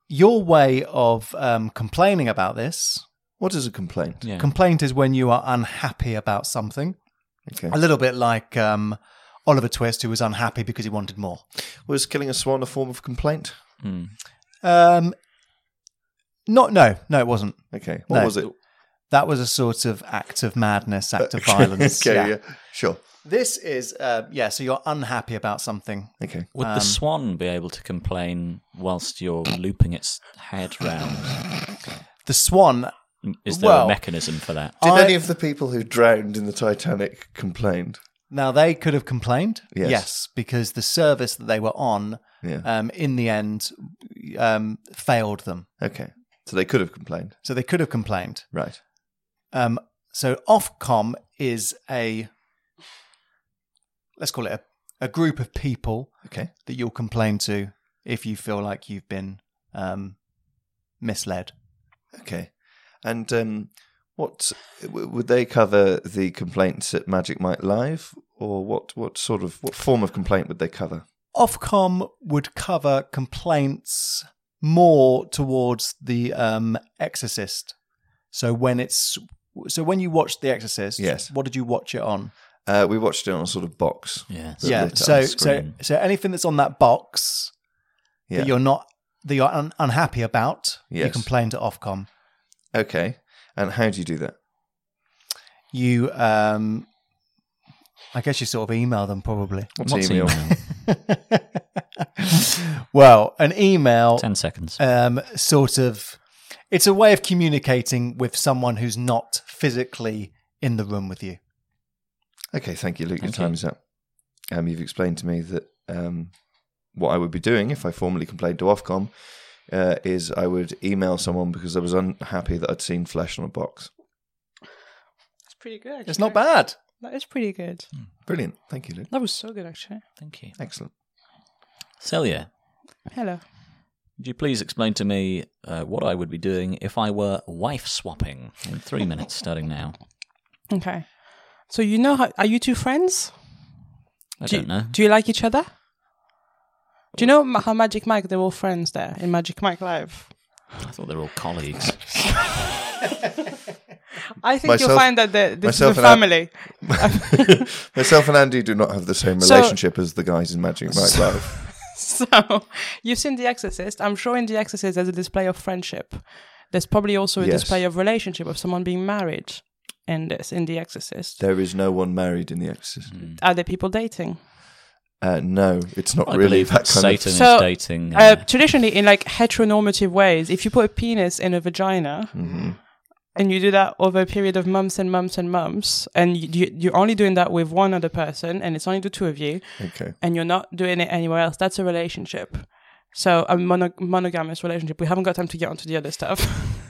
Your way of um, complaining about this.
What is a complaint? Yeah.
Complaint is when you are unhappy about something.
Okay.
A little bit like um, Oliver Twist, who was unhappy because he wanted more.
Was killing a swan a form of complaint?
Um, not no, no, it wasn't.
Okay, what
No.
was it?
That was a sort of act of madness, act of violence.
(laughs) okay,
yeah.
yeah. Sure.
This is uh, yeah. So you're unhappy about something.
Okay.
Would
Um,
the swan be able to complain whilst you're looping its head round?
The swan.
Is there
well,
a mechanism for that?
Did
I-
any of the people who drowned in the Titanic complain?
Now they could have complained.
Yes.
because the service that they were on,
Yeah.
um, in the end, um, failed them.
Okay. So they could have complained.
So they could have complained.
Right.
Um, so Ofcom is a let's call it a, a group of people
Okay.
that you'll complain to if you feel like you've been um, misled.
Okay. And um, what w- would they cover the complaints at Magic Mike Live, or what? What sort of what form of complaint would they cover?
Ofcom would cover complaints more towards the um, Exorcist. So when it's so when you watched The Exorcist,
Yes.
what did you watch it on?
Uh, we watched it on a sort of box.
Yeah.
that
yeah.
lit up
So
the
so
screen.
so anything that's on that box
Yeah.
that you're not that you're un- unhappy about, you
Yes.
complain to Ofcom.
Okay. And how do you do that?
You, um, I guess, you sort of email them probably.
What's What's email?
well, an email.
10 seconds.
Um, sort of. It's a way of communicating with someone who's not physically in the room with you.
(laughs) Okay, thank you, Luke. Your
Thank
time
you.
is up. Um, you've explained to me that um, what I would be doing if I formally complained to Ofcom uh, is I would email someone because I was unhappy that I'd seen flesh on a box.
It's pretty good. Actually.
It's not bad.
That is pretty good.
Brilliant. Thank you, Luke.
That was so good, actually.
Thank you.
Excellent.
Celia,
Hello.
would you please explain to me uh, what I would be doing if I were wife swapping in three minutes starting now?
Okay. So you know how are you two friends?
I
do
don't know.
Do you like each other? Do you know ma- how Magic Mike they were all friends there in Magic Mike Live?
I thought they were all
(laughs)
colleagues.
I think you'll
Myself-
find that the, this is
myself
a
and I-
family. (laughs)
(laughs) Myself and Andy do not have the same
So-
relationship as the guys in Magic Mike
So-
Live.
so you've seen The Exorcist. I'm sure in The Exorcist there's a display of friendship. There's probably also a
Yes.
display of relationship of someone being married in this in The Exorcist.
There is no one married in The Exorcist.
Are there people dating?
Uh, no, it's not
I
really
believe
that kind
that Satan
of.
is
So,
dating.
Uh, traditionally, in like heteronormative ways, if you put a penis in a vagina
Mm-hmm.
and you do that over a period of months and months and months, and you, you, you're only doing that with one other person, and it's only the two of you,
Okay.
and you're not doing it anywhere else, that's a relationship. So a mono- monogamous relationship. We haven't got time to get onto the other stuff. (laughs)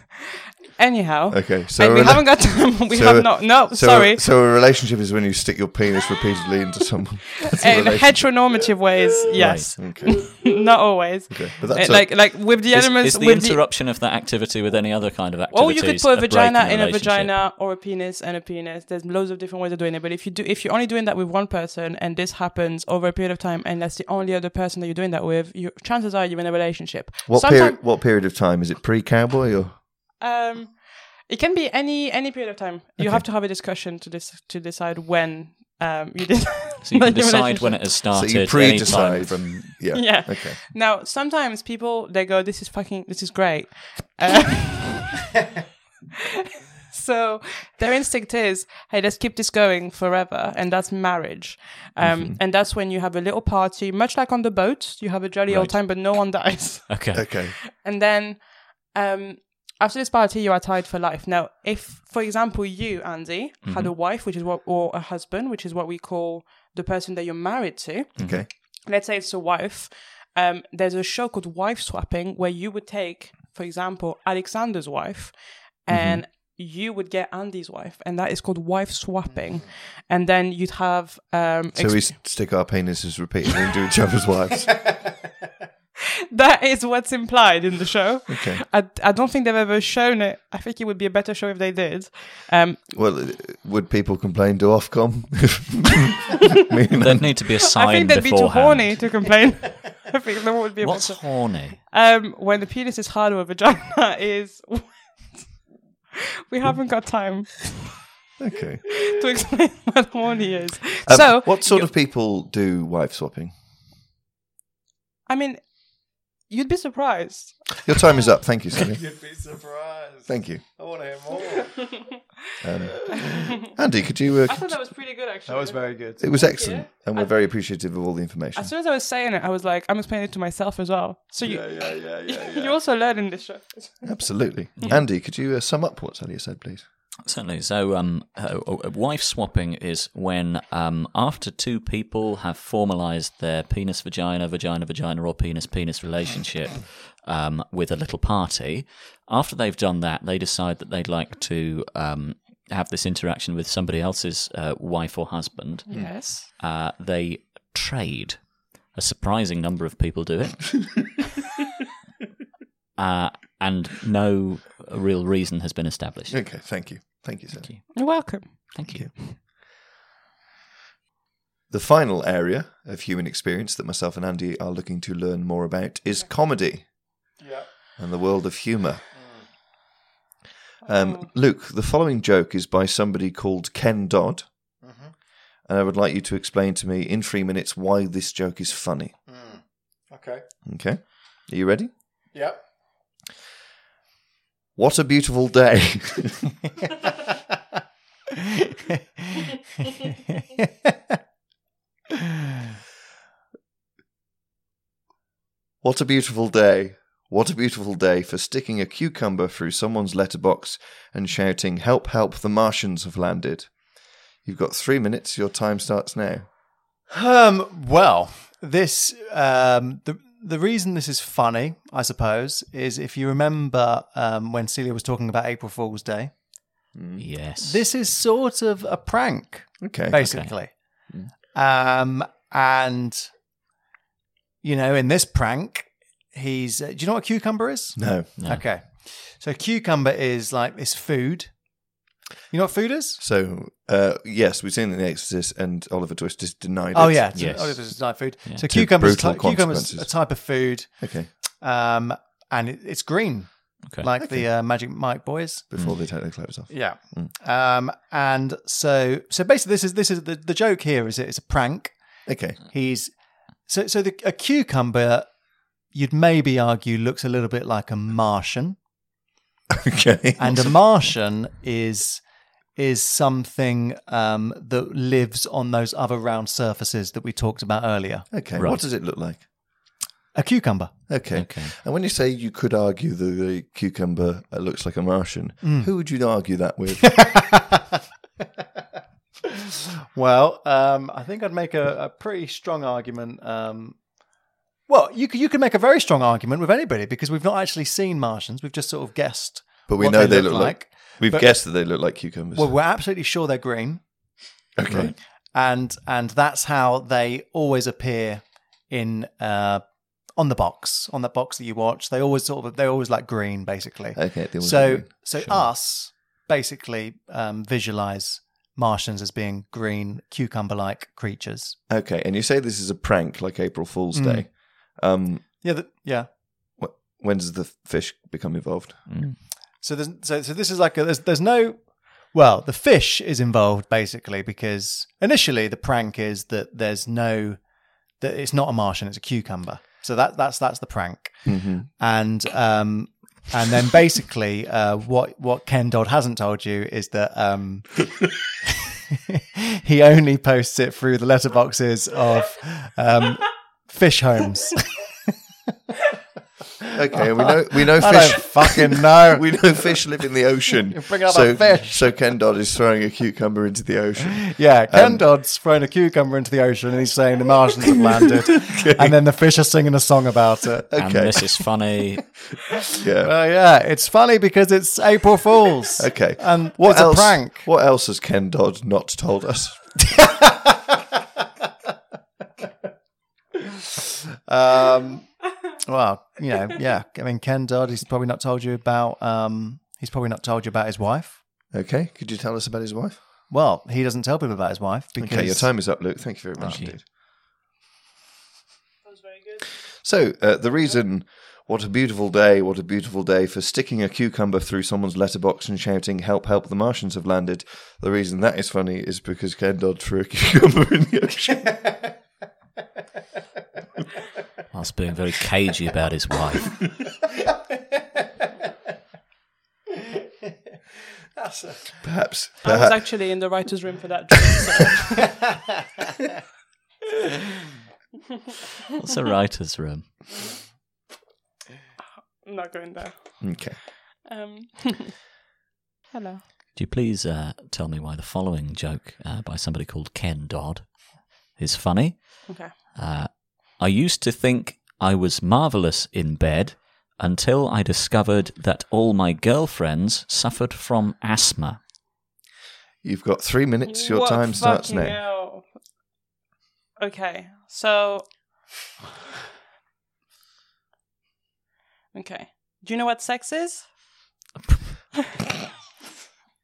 Anyhow,
Okay, so
so and we
rela-
haven't got time. (laughs) We
so-
have not. No,
so-
Uh, sorry.
So a relationship is when you stick your penis repeatedly into someone. That's a
in
relationship.
heteronormative ways, yes.
Right, okay.
(laughs) not always.
Okay, but that's a-
Uh, like like with the
is,
elements
is the
with the-
interruption of that activity with any other kind of activity?
Or you could put a vagina in a vagina or a penis and a penis. There's loads of different ways of doing it. But if you do, if you're only doing that with one person and this happens over a period of time, and that's the only other person that you're doing that with, you, chances are you're in a relationship.
What
Sometime-
period? What period of time is it? Pre-cowboy or
Um, it can be any any period of time. You have to have a discussion to this to decide (laughs) when um you did.
So you can
Like your
decide when it
relationship.
has
So
started. any
you
time
pre-decide.
From,
yeah.
Yeah. Now, sometimes people they go, "This is fucking, this is great." Uh, (laughs) so their instinct is, "Hey, let's keep this going forever," and that's marriage. Um, And that's when you have a little party, much like on the boat, you have a jolly old
Right.
time, but no one (laughs) dies.
Okay.
Okay.
And then um, after this party, you are tied for life. Now, if, for example, you, Andy, had
Mhm.
a wife, which is what, or a husband, which is what we call the person that you're married to.
Okay.
Let's say it's a wife. Um, there's a show called Wife Swapping where you would take, for example, Alexander's wife
Mm-hmm.
and you would get Andy's wife. And that is called wife swapping. And then you'd have. Um,
Mm. So
ex-
we s- stick our penises repeatedly into each other's wives.
(laughs) that is what's implied in the show.
Okay.
I, I don't think they've ever shown it. I think it would be a better show if they did. Um,
Well, uh, would people complain to Ofcom? (laughs)
There'd need to be a sign
I think they'd be too
beforehand.
horny to
(laughs)
complain. (laughs) I think that would be a
What's
better.
horny?
Um, when the penis is hard or a vagina (laughs) is. we haven't got time
okay.
to explain (laughs) what horny is.
Um,
so,
what sort of people do wife swapping?
I mean, you'd be surprised.
Your time is up. Thank you, Sophie.
You'd be surprised.
Thank you.
I want to hear more.
Um, Andy, could you? Uh,
I thought that was pretty good, actually.
That was very good.
it was
Thank
excellent,
you.
and we're very appreciative of all the information.
As soon as I was saying it, I was like, I'm explaining it to myself as well. So you,
Yeah, yeah,
(laughs)
yeah, yeah,
you also learn in this show.
Absolutely, Andy. Could you uh, sum up what Sally said, please?
Certainly. So, um, uh, uh, wife swapping is when um, after two people have formalised their penis vagina, vagina vagina, or penis penis relationship um, with a little party, after they've done that, they decide that they'd like to um, have this interaction with somebody else's uh, wife or husband.
Yes.
Uh, they trade. A surprising number of people do it. uh, and no real reason has been established.
Okay. Thank you. Thank you, Sally.
You're welcome.
Thank you.
The final area of human experience that myself and Andy are looking to learn more about is comedy and the world of humour. Um, Luke, the following joke is by somebody called Ken Dodd, and I would like you to explain to me in three minutes why this joke is funny.
Okay.
Okay? Are you ready?
Yep.
What a beautiful day! (laughs) What a beautiful day. What a beautiful day for sticking a cucumber through someone's letterbox and shouting, Help, help, the Martians have landed. You've got three minutes, your time starts now.
Um, well, this um, the the reason this is funny, I suppose, is if you remember um, when Celia was talking about April Fool's Day.
Yes.
This is sort of a prank,
Okay. Mm.
basically. Um, and you know, in this prank, he's. Uh, do you know what a cucumber is?
No.
Okay, so cucumber is like it's food. You know what food is?
So, uh, yes, we've seen The Exorcist and Oliver Twist has denied
Oh
it.
yeah, yes. oh, this is not food.
Yeah.
So
To
cucumbers,
brutal
ty- cucumbers,
consequences.
a type of food,
Okay.
um, and it, it's green,
Okay.
like the uh, Magic Mike boys.
Before they take their clothes off.
Yeah.
Mm.
Um, and so, so basically, this is this is the, the joke here is it, it's a prank.
Okay. (laughs)
He's so so the, a cucumber. You'd maybe argue looks a little bit like a Martian,
Okay.
and um, a Martian is is something um, that lives on those other round surfaces that we talked about earlier.
Okay.
Right.
What does it look like?
A cucumber.
Okay.
Okay.
And when you say you could argue that the cucumber uh, looks like a Martian,
Hmm.
who would you argue
(laughs)
that with?
Well, um, I think I'd make a, a pretty strong argument. Um, well, you could, you could make a very strong argument with anybody because we've not actually seen Martians. We've just sort of guessed.
But we
what
know they, look, like. We've
But-
guessed that they look like cucumbers.
Well, we're absolutely sure they're green,
okay.
and and that's how they always appear in uh, on the box on that box that you watch. They always sort of they're always like green, basically.
Okay. they always look
so
like-
so us basically um, visualize Martians as being green cucumber-like creatures.
Okay, and you say this is a prank, like April Fool's
Mm.
Day. Um,
Yeah, the, yeah.
wh- when does the fish become involved?
So there's so so this is like a, there's there's no Well, the fish is involved basically because initially the prank is that there's no that it's not a Martian, it's a cucumber. So that that's that's the prank.
Mhm.
And um and then basically (laughs) uh what what Ken Dodd hasn't told you is that um (laughs) he only posts it through the letterboxes of um fish homes.
Okay, we know we (laughs) know
I
fish.
don't fucking
(laughs)
know.
we know fish live in the
(laughs)
ocean.
You're bringing up
so,
a fish.
So Ken Dodd is throwing a cucumber into the ocean.
Yeah, Ken
Um,
Dodd's thrown a cucumber into the ocean and he's saying the Martians
(laughs)
have landed. And then the fish are singing a song about it.
And this is funny.
Yeah.
Well, yeah, it's funny because it's April Fools.
(laughs) Okay.
And
what
it's a
else?
prank.
What else has Ken Dodd not told us?
Um, well, you know, yeah. I mean, Ken Dodd, he's probably not told you about, um, he's probably not told you about his wife.
Okay, could you tell us about his wife?
Well, he doesn't tell people about his wife because.
Okay, your time is up, Luke. Thank you very much
Thank you.
indeed. So uh, the reason, what a beautiful day, what a beautiful day for sticking a cucumber through someone's letterbox and shouting "Help! Help! The Martians have landed." The reason that is funny is because Ken Dodd threw a (laughs) cucumber in the ocean.
Whilst being very cagey about his wife.
That's a-
Perhaps,
I was
perhaps
actually in the writer's room for (laughs) that joke. So.
What's a writer's room?
I'm not going there.
Okay.
Um, (laughs) hello.
Do you please uh, tell me why the following joke uh, by somebody called Ken Dodd is funny?
Okay.
Uh, I used to think I was marvelous in bed until I discovered that all my girlfriends suffered from asthma.
you've got three minutes. Your
What
time starts
fucking
now.
hell. Okay,
(laughs)
so. Okay. Do you know what sex is?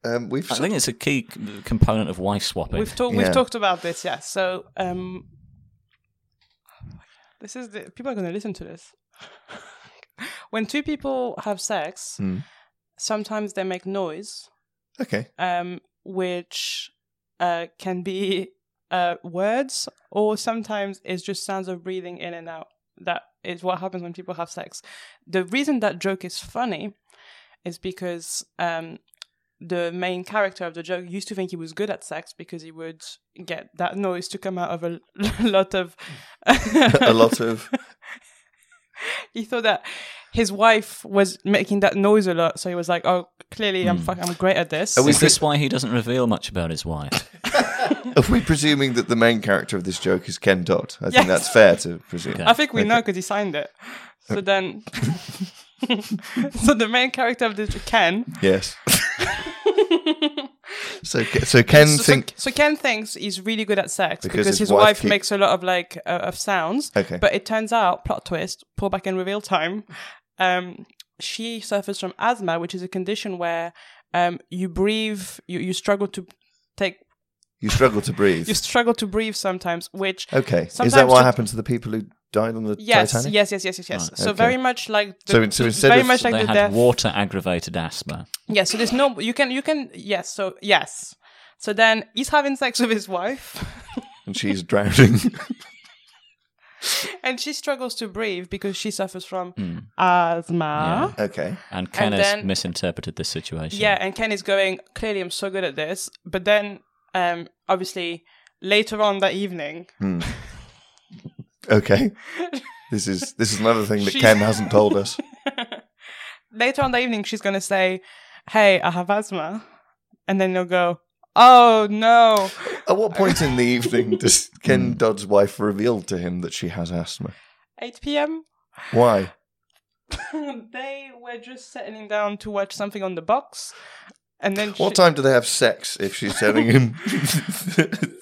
Um, we've
I think it's a key c- component of wife swapping.
We've talked. We've talked about this. Yeah. So, um, this is the, people are going to listen to this. (laughs) when two people have sex,
Hmm.
sometimes they make noise,
Okay. (laughs)
um, which uh, can be uh, words, or sometimes it's just sounds of breathing in and out. That is what happens when people have sex. The reason that joke is funny is because um, the main character of the joke used to think he was good at sex because he would get that noise to come out of a (laughs) lot of
a lot of
he thought that his wife was making that noise a lot, so he was like, "Oh, clearly I'm fuck, I'm great at this."
is this why he doesn't reveal much about his wife?
Are we presuming that the main character of this joke is Ken Dodd? I
Yes.
think that's fair to presume.
I think we know 'cause know because he signed it. So
(laughs)
then, so the main character of this Ken. (laughs)
Yes. so, so Ken
so, so-
think
so Ken thinks he's really good at sex
Because
because,
his
his,
wife
wife,
keep-
makes a lot of like uh, of sounds.
Okay.
But it turns out, plot twist, pull back in reveal time. Um, she suffers from asthma, which is a condition where um you breathe, you you struggle to take,
you struggle to breathe.
you struggle to breathe sometimes. Which
okay. Is that
sometimes
what
to-
happened to the people who died on the
Yes,
Titanic?
yes, yes, yes, yes, yes.
Right,
So
okay.
very much like the,
So in- so instead
very
of-
much like
they
the
had
death.
water aggravated asthma.
Yeah, so there's no you can you can yes, so yes. So then he's having sex with his wife (laughs)
And she's drowning.
and she struggles to breathe because she suffers from asthma.
okay.
And Ken
And
has
then-
misinterpreted this situation.
Yeah, and Ken is going, clearly I'm so good at this. But then um obviously later on that evening (laughs)
Hmm. Okay. This is this is another thing that
She's-
Ken hasn't told
(laughs)
us.
later on that evening she's gonna say, Hey, I have asthma and then you'll go, Oh no.
At what point in the
(laughs)
evening does
Hmm.
Ken Dodd's wife reveal to him that she has asthma?
Eight PM
Why?
(laughs) they were just settling down to watch something on the box, and then
What
she-
time do they have sex if she's telling
(laughs)
him (laughs)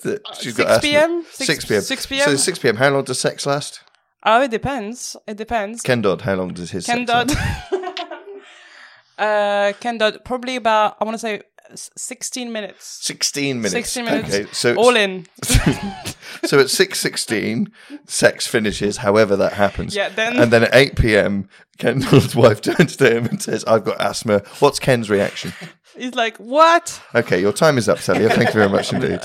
that she's got
6
asthma?
PM? 6
6 p.m.
6
So
PM?
6 p.m. How long does sex last?
Oh, it depends. It depends.
Ken Dodd, how long does his
Ken
sex
Dodd.
last?
(laughs) uh, Ken Dodd. Probably about I want to say s- sixteen minutes.
16 minutes.
16 minutes.
Okay, so
all in.
(laughs) so at 6.16, sex finishes, however that happens.
Yeah, then-
And then at (laughs) 8 p.m., Ken Dodd's wife turns to him and says, I've got asthma. What's Ken's reaction?
He's like, what?
Okay, your time is up, Celia. Thank you very much indeed.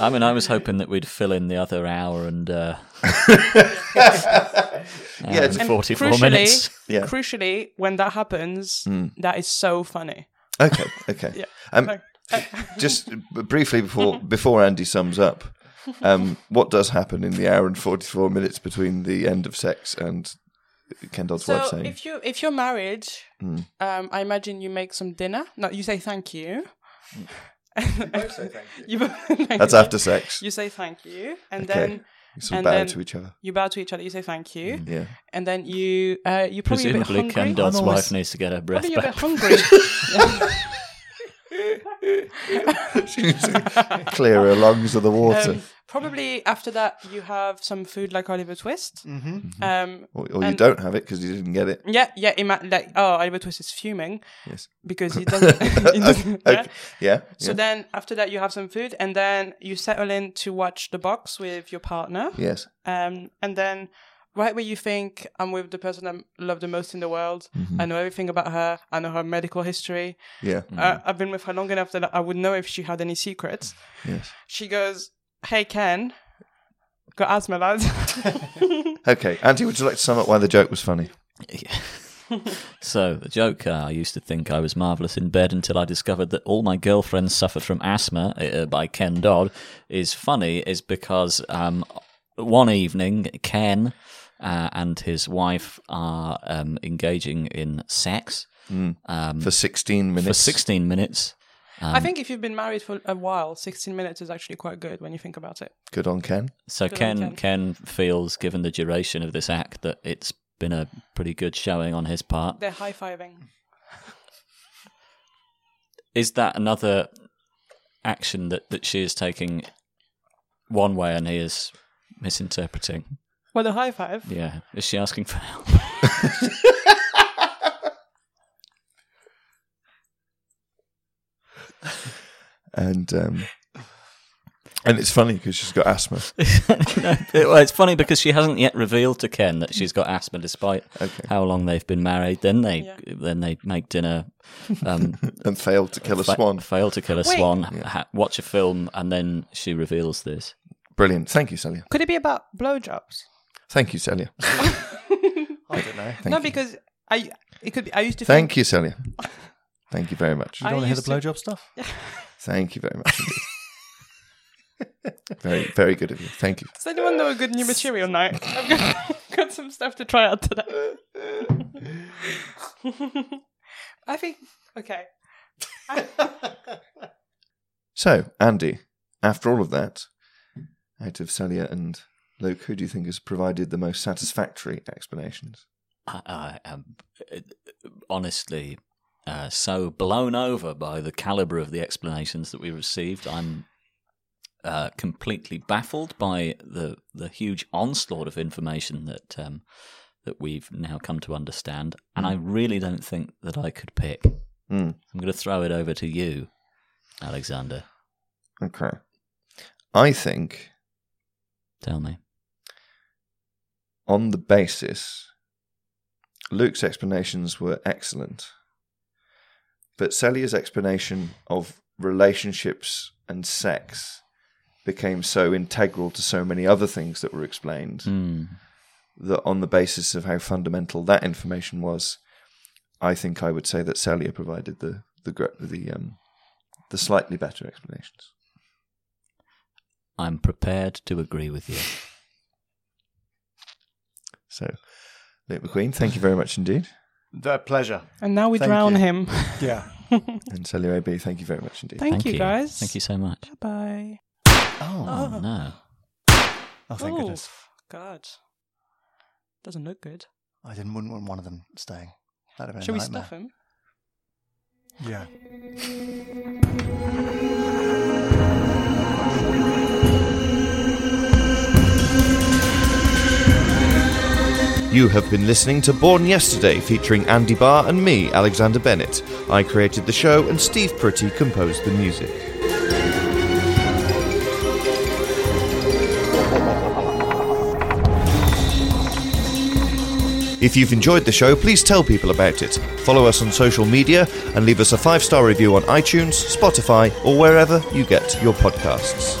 I mean, I was hoping that we'd fill in the other hour and uh,
(laughs) Yeah,
and
it's- And
forty-four
crucially,
minutes.
(laughs) Yeah.
Crucially, when that happens,
Mm.
that is so funny.
Okay, okay.
Yeah.
Um,
Like,
just b- briefly before before Andy sums up, um, what does happen in the hour and forty four minutes between the end of sex and Ken Dodd's
so
wife saying,
if you if you're married,
Mm.
um, I imagine you make some dinner. No, you say thank you. (laughs) you both say thank you.
Hmm. That's after sex.
You say thank you, and
Okay.
then
You sort of
and
bow
then
to each other.
You bow to each other. You say thank you.
Mm, yeah.
And then you uh, you probably a bit
Presumably,
hungry.
Ken Dodd's wife needs to get her breath
Probably a bit Um,
back.
(laughs)
hungry.
clear her lungs of the water?
Um, probably after that, you have some food like Oliver Twist.
Mhm.
Um,
or or you
and-
don't have it because you didn't get
(laughs)
it.
Yeah, yeah. Ima- like, oh, Oliver Twist is fuming.
Yes.
Because
(laughs)
he doesn't. (laughs) he doesn't
Okay.
yeah.
Yeah,
So
yeah.
then after that, you have some food, and then you settle in to watch the box with your partner.
Yes.
Um, and then right where you think I'm with the person I love the most in the world,
Mhm.
I know everything about her, I know her medical history.
Yeah.
Uh, I've been with her long enough that I would know if she had any secrets.
Yes.
She goes, "Hey Ken, got asthma, lads."
Okay, Andy, would you like to sum up why the joke was funny?
So the joke: uh, I used to think I was marvelous in bed until I discovered that all my girlfriends suffered from asthma uh, by Ken Dodd. Is funny is because um, one evening Ken uh, and his wife are um, engaging in sex
Mm.
um,
For 16
For
minutes.
sixteen minutes.
(laughs) I
Um,
think if you've been married for a while, 16 minutes is actually quite good when you think about it.
Good on Ken.
So
Good on
Ken, Ken feels, given the duration of this act, that it's been a pretty good showing on his part.
They're high fiving.
Is that another action that, that she is taking one way and he is misinterpreting?
Well, the high five.
Yeah. Is she asking for help?
And um, and it's funny because she's got
(laughs)
asthma.
No, it- well, it's funny because she hasn't yet revealed to Ken that she's got asthma, despite how long they've been married. Then they then they make dinner, um,
and fail to kill a swan.
Fail to kill a
Wait.
swan. Ha- watch a film, and then she reveals this.
Brilliant. Thank you, Celia.
Could it be about blowjobs?
Thank you, Celia.
(laughs) I
don't know.
no, because I it could be. I used to
Thank
think,
you, Celia. Thank you very much.
You don't I wanna hear the used
blowjob
(laughs)
stuff?
Thank you very much indeed. (laughs) very, very good of you. Thank you.
Does anyone know a good new material now? I've got, (laughs) got some stuff to try out today. (laughs) I think okay.
So, Andy, after all of that, out of Celia and Luke, who do you think has provided the most satisfactory explanations?
I, I am uh, honestly uh, so blown over by the caliber of the explanations that we received. I'm uh, completely baffled by the the huge onslaught of information that um, that we've now come to understand, and I really don't think that I could pick.
Mm.
I'm going to throw it over to you, Alexander.
Okay. I think
Tell me.
on the basis, Luke's explanations were excellent, but Celia's explanation of relationships and sex became so integral to so many other things that were explained that on the basis of how fundamental that information was, I think I would say that Celia provided the the gr- the um, the slightly better explanations.
I'm prepared to agree with you.
So, Luke McQueen, thank you very much indeed,
The pleasure.
And now we
Thank
drown
you.
him.
Yeah.
and Celia AB, thank you very much indeed.
Thank, you, guys.
Thank you so much.
Bye.
Oh,
Oh, no.
oh thank goodness.
God, doesn't look good.
I didn't wouldn't want one of them staying. That'd have been a
Shall we
nightmare.
stuff him?
Yeah.
You have been listening to Born Yesterday featuring Andy Barr and me, Alexander Bennett. I created the show and Steve Pretty composed the music. If you've enjoyed the show, please tell people about it. Follow us on social media and leave us a five star review on iTunes, Spotify, or wherever you get your podcasts.